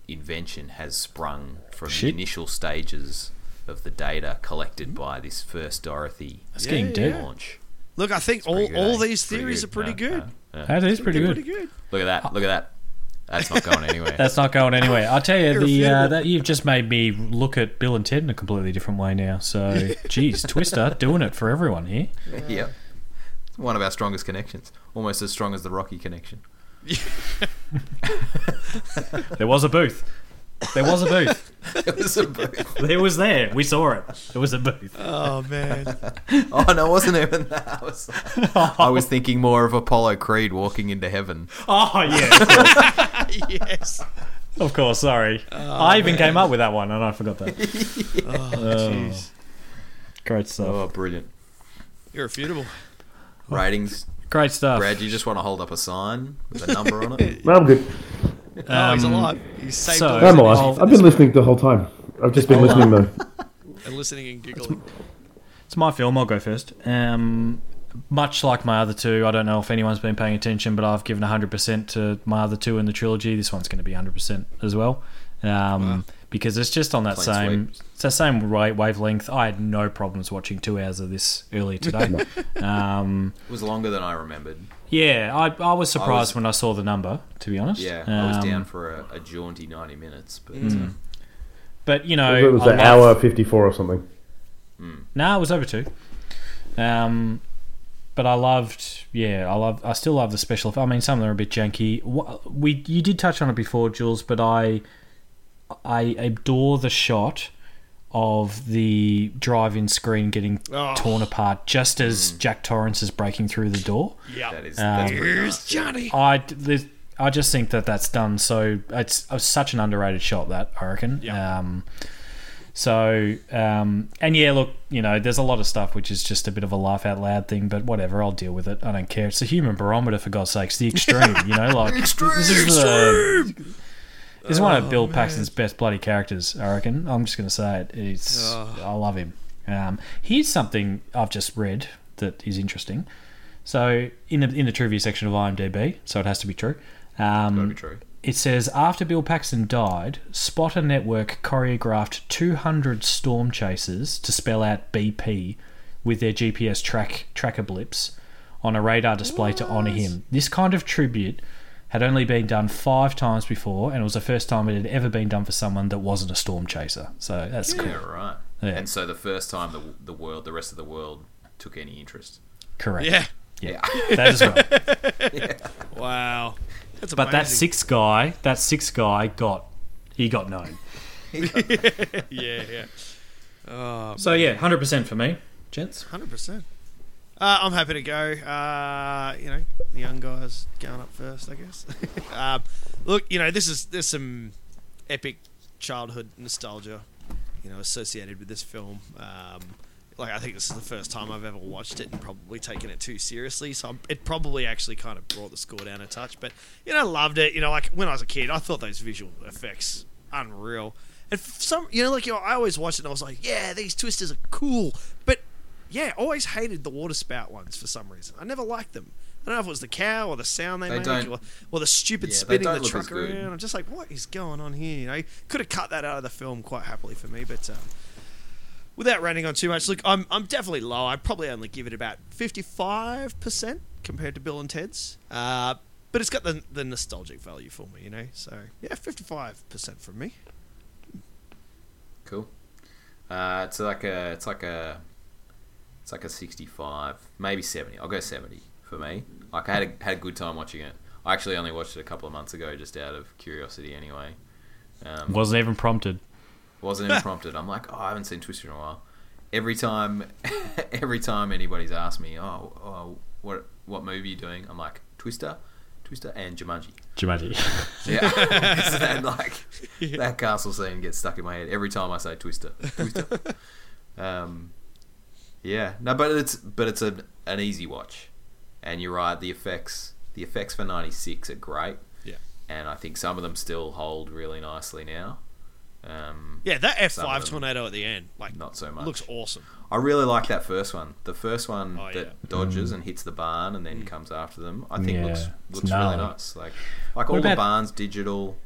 invention has sprung from Shit. the initial stages of the data collected by this first Dorothy It's getting deep. launch. Look, I think all, Pretty good, all eh? these Pretty theories good. are pretty Yeah, good. yeah, yeah. That is pretty good. Pretty good. Look at that! Look at that! That's not going anywhere. That's not going anywhere. I tell you, the uh, Irrefutable. that you've just made me look at Bill and Ted in a completely different way now. So, geez, Twister doing it for everyone here. Yep. It's one of our strongest connections. Almost as strong as the Rocky connection. There was a booth. There was a booth. It was a booth. It was there. We saw it. There was a booth. Oh man. Oh, no, it wasn't even that. I was, I was thinking more of Apollo Creed walking into heaven. Oh yeah, yes. of course. Sorry, Oh, I even came up with that one, and I forgot that. Oh, Oh. Jeez. Great stuff. Oh, brilliant. Irrefutable. Ratings. Great stuff. Brad, you just want to hold up a sign with a number on it? No, I'm good. oh, he's Um, alive. He's saved so- all his I'm I'll- alive. I've been listening the whole time. I've just been listening though. and listening and giggling. It's my film. I'll go first. Um, much like my other two, I don't know if anyone's been paying attention, but I've given 100% to my other two in the trilogy. This one's going to be 100% as well. Um, Because it's just on that Plain same it's that same wa- wavelength. I had no problems watching two hours of this earlier today. um, It was longer than I remembered. yeah, I, I was surprised was- when I saw the number, to be honest. Yeah, I was Um, Hmm. down for a, a jaunty 90 minutes. But uh, But, you I know. thought it was I an love- hour fifty-four or something. No, it was over two. Um, but I loved, yeah, I love, I still love the special. eff- I mean, some of them are a bit janky. Wha- We you did touch on it before, Jules, but I, I adore the shot of the drive-in screen getting Oh. torn apart just as Jack Torrance is breaking through the door. Yeah. that Uh, is. that's pretty nasty. Here's Johnny. I there's- I just think that that's done so. It's, it's such an underrated shot that I reckon. Yeah. Um, so um, and yeah, look, you know, there's a lot of stuff which is just a bit of a laugh out loud thing, but whatever, I'll deal with it. I don't care. It's the human barometer for God's sakes, the extreme. You know, like this is the, this is one Oh, of Bill Paxton's best bloody characters. I reckon. I'm just gonna say it. It's I love him. Um, here's something I've just read that is interesting. So in the, in the trivia section of IMDb, so it has to be true. Gotta Um, be true. it says after Bill Paxton died, Spotter Network choreographed 200 storm chasers to spell out BP with their GPS track tracker blips on a radar display to honor him. This kind of tribute had only been done five times before, and it was the first time it had ever been done for someone that wasn't a storm chaser. So that's cool. Yeah, right. Yeah. And so the first time the, the world, the rest of the world, took any interest. Correct. Yeah. That is right. Wow. That's But that amazing. sixth guy, that sixth guy got, he got known. Yeah. Yeah. So yeah, 100% for me. gents? Hundred percent. Uh, I'm happy to go. Uh, you know, the young guys going up first, I guess. um, look, you know, this is there's some epic childhood nostalgia, you know, associated with this film. Um, like I think this is the first time I've ever watched it and probably taken it too seriously. So I'm, it probably actually kind of brought the score down a touch. But you know, loved it. You know, like when I was a kid, I thought those visual effects unreal. And f- some, you know, like you know, I always watched it and I was like, yeah, these twisters are cool. But yeah, always hated the water spout ones for some reason. I never liked them. I don't know if it was the cow or the sound they, They make don't- or, or the stupid Yeah, they spinning don't the look truck as good. around. I'm just like, what is going on here? You know, could have cut that out of the film quite happily for me, but um, without running on too much, look, I'm I'm definitely low. I probably only give it about fifty five percent compared to Bill and Ted's. Uh, but it's got the the nostalgic value for me, you know. So yeah, fifty five percent from me. Cool. Uh, it's like a it's like a it's like a sixty-five, maybe seventy. I'll go seventy for me. Like I had a, had a good time watching it. I actually only watched it a couple of months ago, just out of curiosity. Anyway, um, Wasn't even prompted. wasn't impromptu. I'm like, oh, I haven't seen Twister in a while. Every time, every time anybody's asked me, oh, oh, what what movie are you doing? I'm like, Twister, Twister, and Jumanji. Jumanji. Yeah, So that like that castle scene gets stuck in my head every time I say Twister. Twister. um, yeah, no, but it's but it's an an easy watch, and you're right. The effects the effects for '96 are great, Yeah. and I think some of them still hold really nicely now. Um, Yeah, that F Some of five them. tornado at the end, like, Not so much. looks awesome. I really like that first one. The first one Oh, that yeah. Mm. dodges and hits the barn and then comes after them. I think Mm. Yeah, looks it's looks really gnarly. nice. Like like all What the about- barns digital.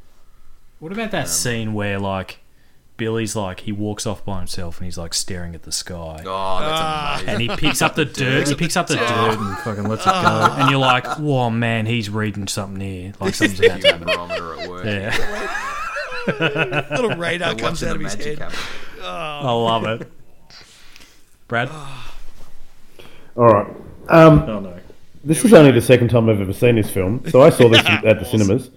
What about Um, that scene where like Billy's like he walks off by himself and he's like staring at the sky. Oh, that's Ah. amazing. And he picks up the dirt. He picks up Oh. the dirt and fucking lets it go. And you're like, "Whoa, man, he's reading something here. Like something's about to Human happen." barometer at work. Yeah, Little radar comes Watching out the of his magic head. happen. I love it. Brad, All right. Um, oh no, This is only the second time I've ever seen this film, so I saw this at the cinemas.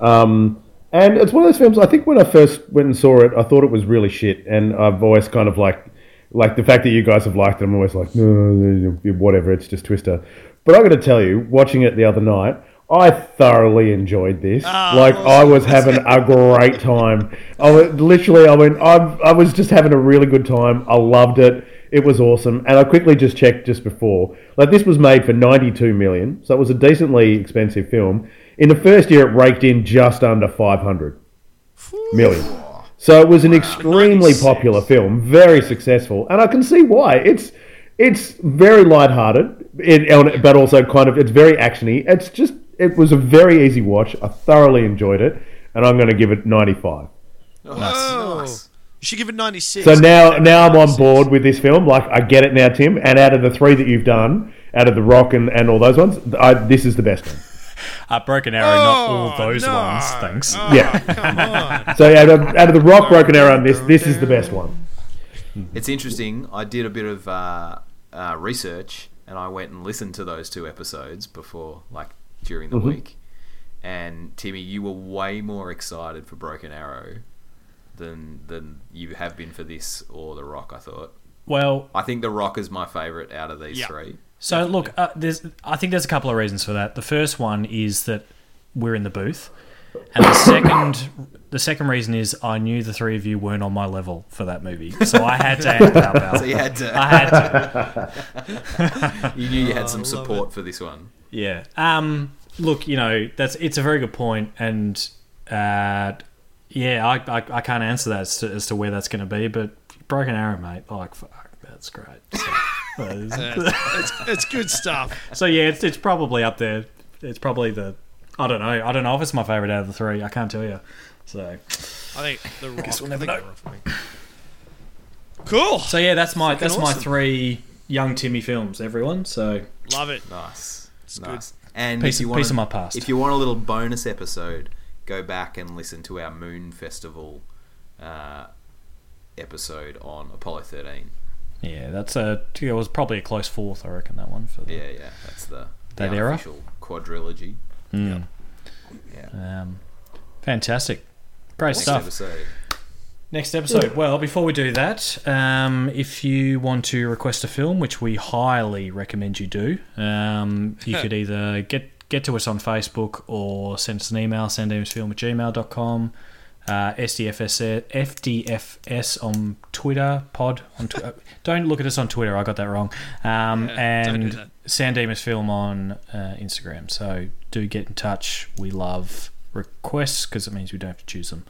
Um, and it's one of those films. I think when I first went and saw it, I thought it was really shit, and I've always kind of like, like the fact that you guys have liked it. I'm always like, no, no, no, no, whatever. It's just Twister. But I got to tell you, watching it the other night, I thoroughly enjoyed this. like I was having a great time. I was, literally, I went, I, I was just having a really good time. I loved it. It was awesome. And I quickly just checked just before. Like this was made for 92 million, so it was a decently expensive film. In the first year, it raked in just under 500 million. So it was an extremely popular film, very successful, and I can see why. It's it's very lighthearted, it, and- but also kind of it's very actiony. It's just it was a very easy watch. I thoroughly enjoyed it, and I'm going to give it 95. Oh. Nice. You should give it ninety six. So now now I'm on board with this film. Like I get it now, Tim. And out of the three that you've done, out of the Rock and, and all those ones, I, this is the best one. uh, Broken Arrow, not all Oh, those no. ones. Thanks. Oh, Yeah. come on. So out of, out of the Rock, Broken Arrow, and this this is the best one. It's interesting. I did a bit of uh, uh, research and I went and listened to those two episodes before, like during the week. And Timmy, you were way more excited for Broken Arrow than than you have been for this or The Rock. I thought. Well, I think The Rock is my favorite out of these Yeah. three. So look, uh, there's I think there's a couple of reasons for that. The first one is that we're in the booth, and the second the second reason is I knew the three of you weren't on my level for that movie, so I had to act up. Al. So you had to. I had to. You knew you had some support for this one. Yeah. Um. Look, you know, that's it's a very good point, and uh, yeah, I, I I can't answer that as to, as to where that's going to be, but Broken Arrow, mate, like fuck, that's great. So, it's, it's good stuff. So yeah, it's, it's probably up there. It's probably the I don't know. I don't know if it's my favorite out of the three. I can't tell you. So I think the rock. I think The Rock for me. Cool. so yeah, that's my that's my awesome. three young Timmy films. Everyone. So Love it. Nice. It's good. nice. And Piece if you of- want piece of my past. If you want a little bonus episode, go back and listen to our Moon Festival uh, episode on Apollo 13. yeah, that's a it was probably a close fourth. I reckon that one for the, Yeah, yeah. That's the, the That era? unofficial quadrilogy. um, fantastic, great Next stuff. episode. Next episode. Well, before we do that, um, if you want to request a film, which we highly recommend you do, um, you could either get get to us on Facebook or send us an email, sandamsfilm at gmail.com, uh, SDFS, FDFS on Twitter, pod on Twitter. don't look at us on Twitter, I got that wrong. Um, Yeah, don't do and that. San Dimas Film on uh, Instagram. So do get in touch. We love requests because it means we don't have to choose them.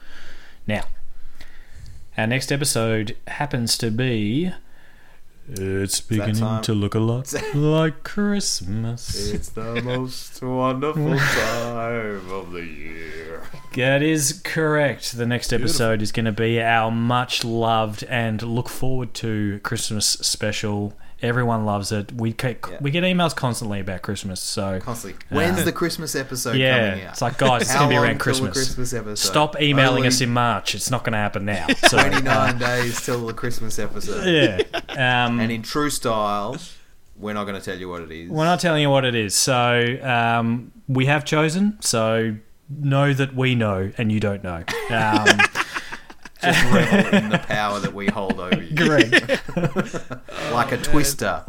Now, our next episode happens to be. It's beginning time. to look a lot like Christmas. It's the most wonderful time of the year. That is correct. The next episode is going to be our much loved and look forward to Christmas special. Everyone loves it. We get, Yeah. we get emails constantly about Christmas, so Constantly. When's the Christmas episode yeah, coming out? it's like guys, it's How going to be long around till the Christmas. Christmas episode? Stop emailing Only us in March. It's not going to happen now. So 29 days till the Christmas episode. yeah. Um, And in true style, we're not going to tell you what it is. We're not telling you what it is. So um, we have chosen. So know that we know and you don't know. Um, Just revel in the power that we hold over you. correct. Like a twister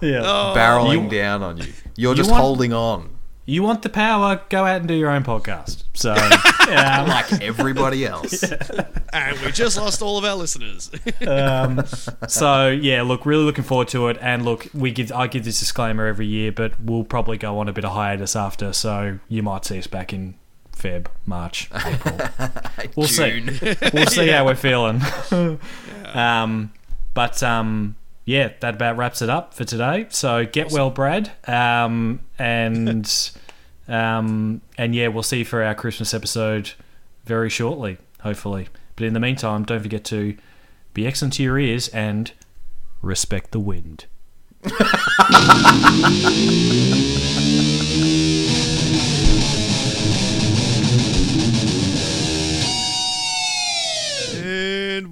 Yeah. barreling You- down on you. You're just want- holding on You want the power? Go out and do your own podcast. So um, like everybody else. And we just lost all of our listeners. um, so yeah, look, really looking forward to it. And look, we give I give this disclaimer every year, but we'll probably go on a bit of hiatus after. So you might see us back in Feb, March, April. we'll June. see. We'll see how we're feeling. um, but um, yeah, that about wraps it up for today. So get well, Brad, um, and um, and yeah, we'll see you for our Christmas episode very shortly, hopefully. But in the meantime, don't forget to be excellent to your ears and respect the wind.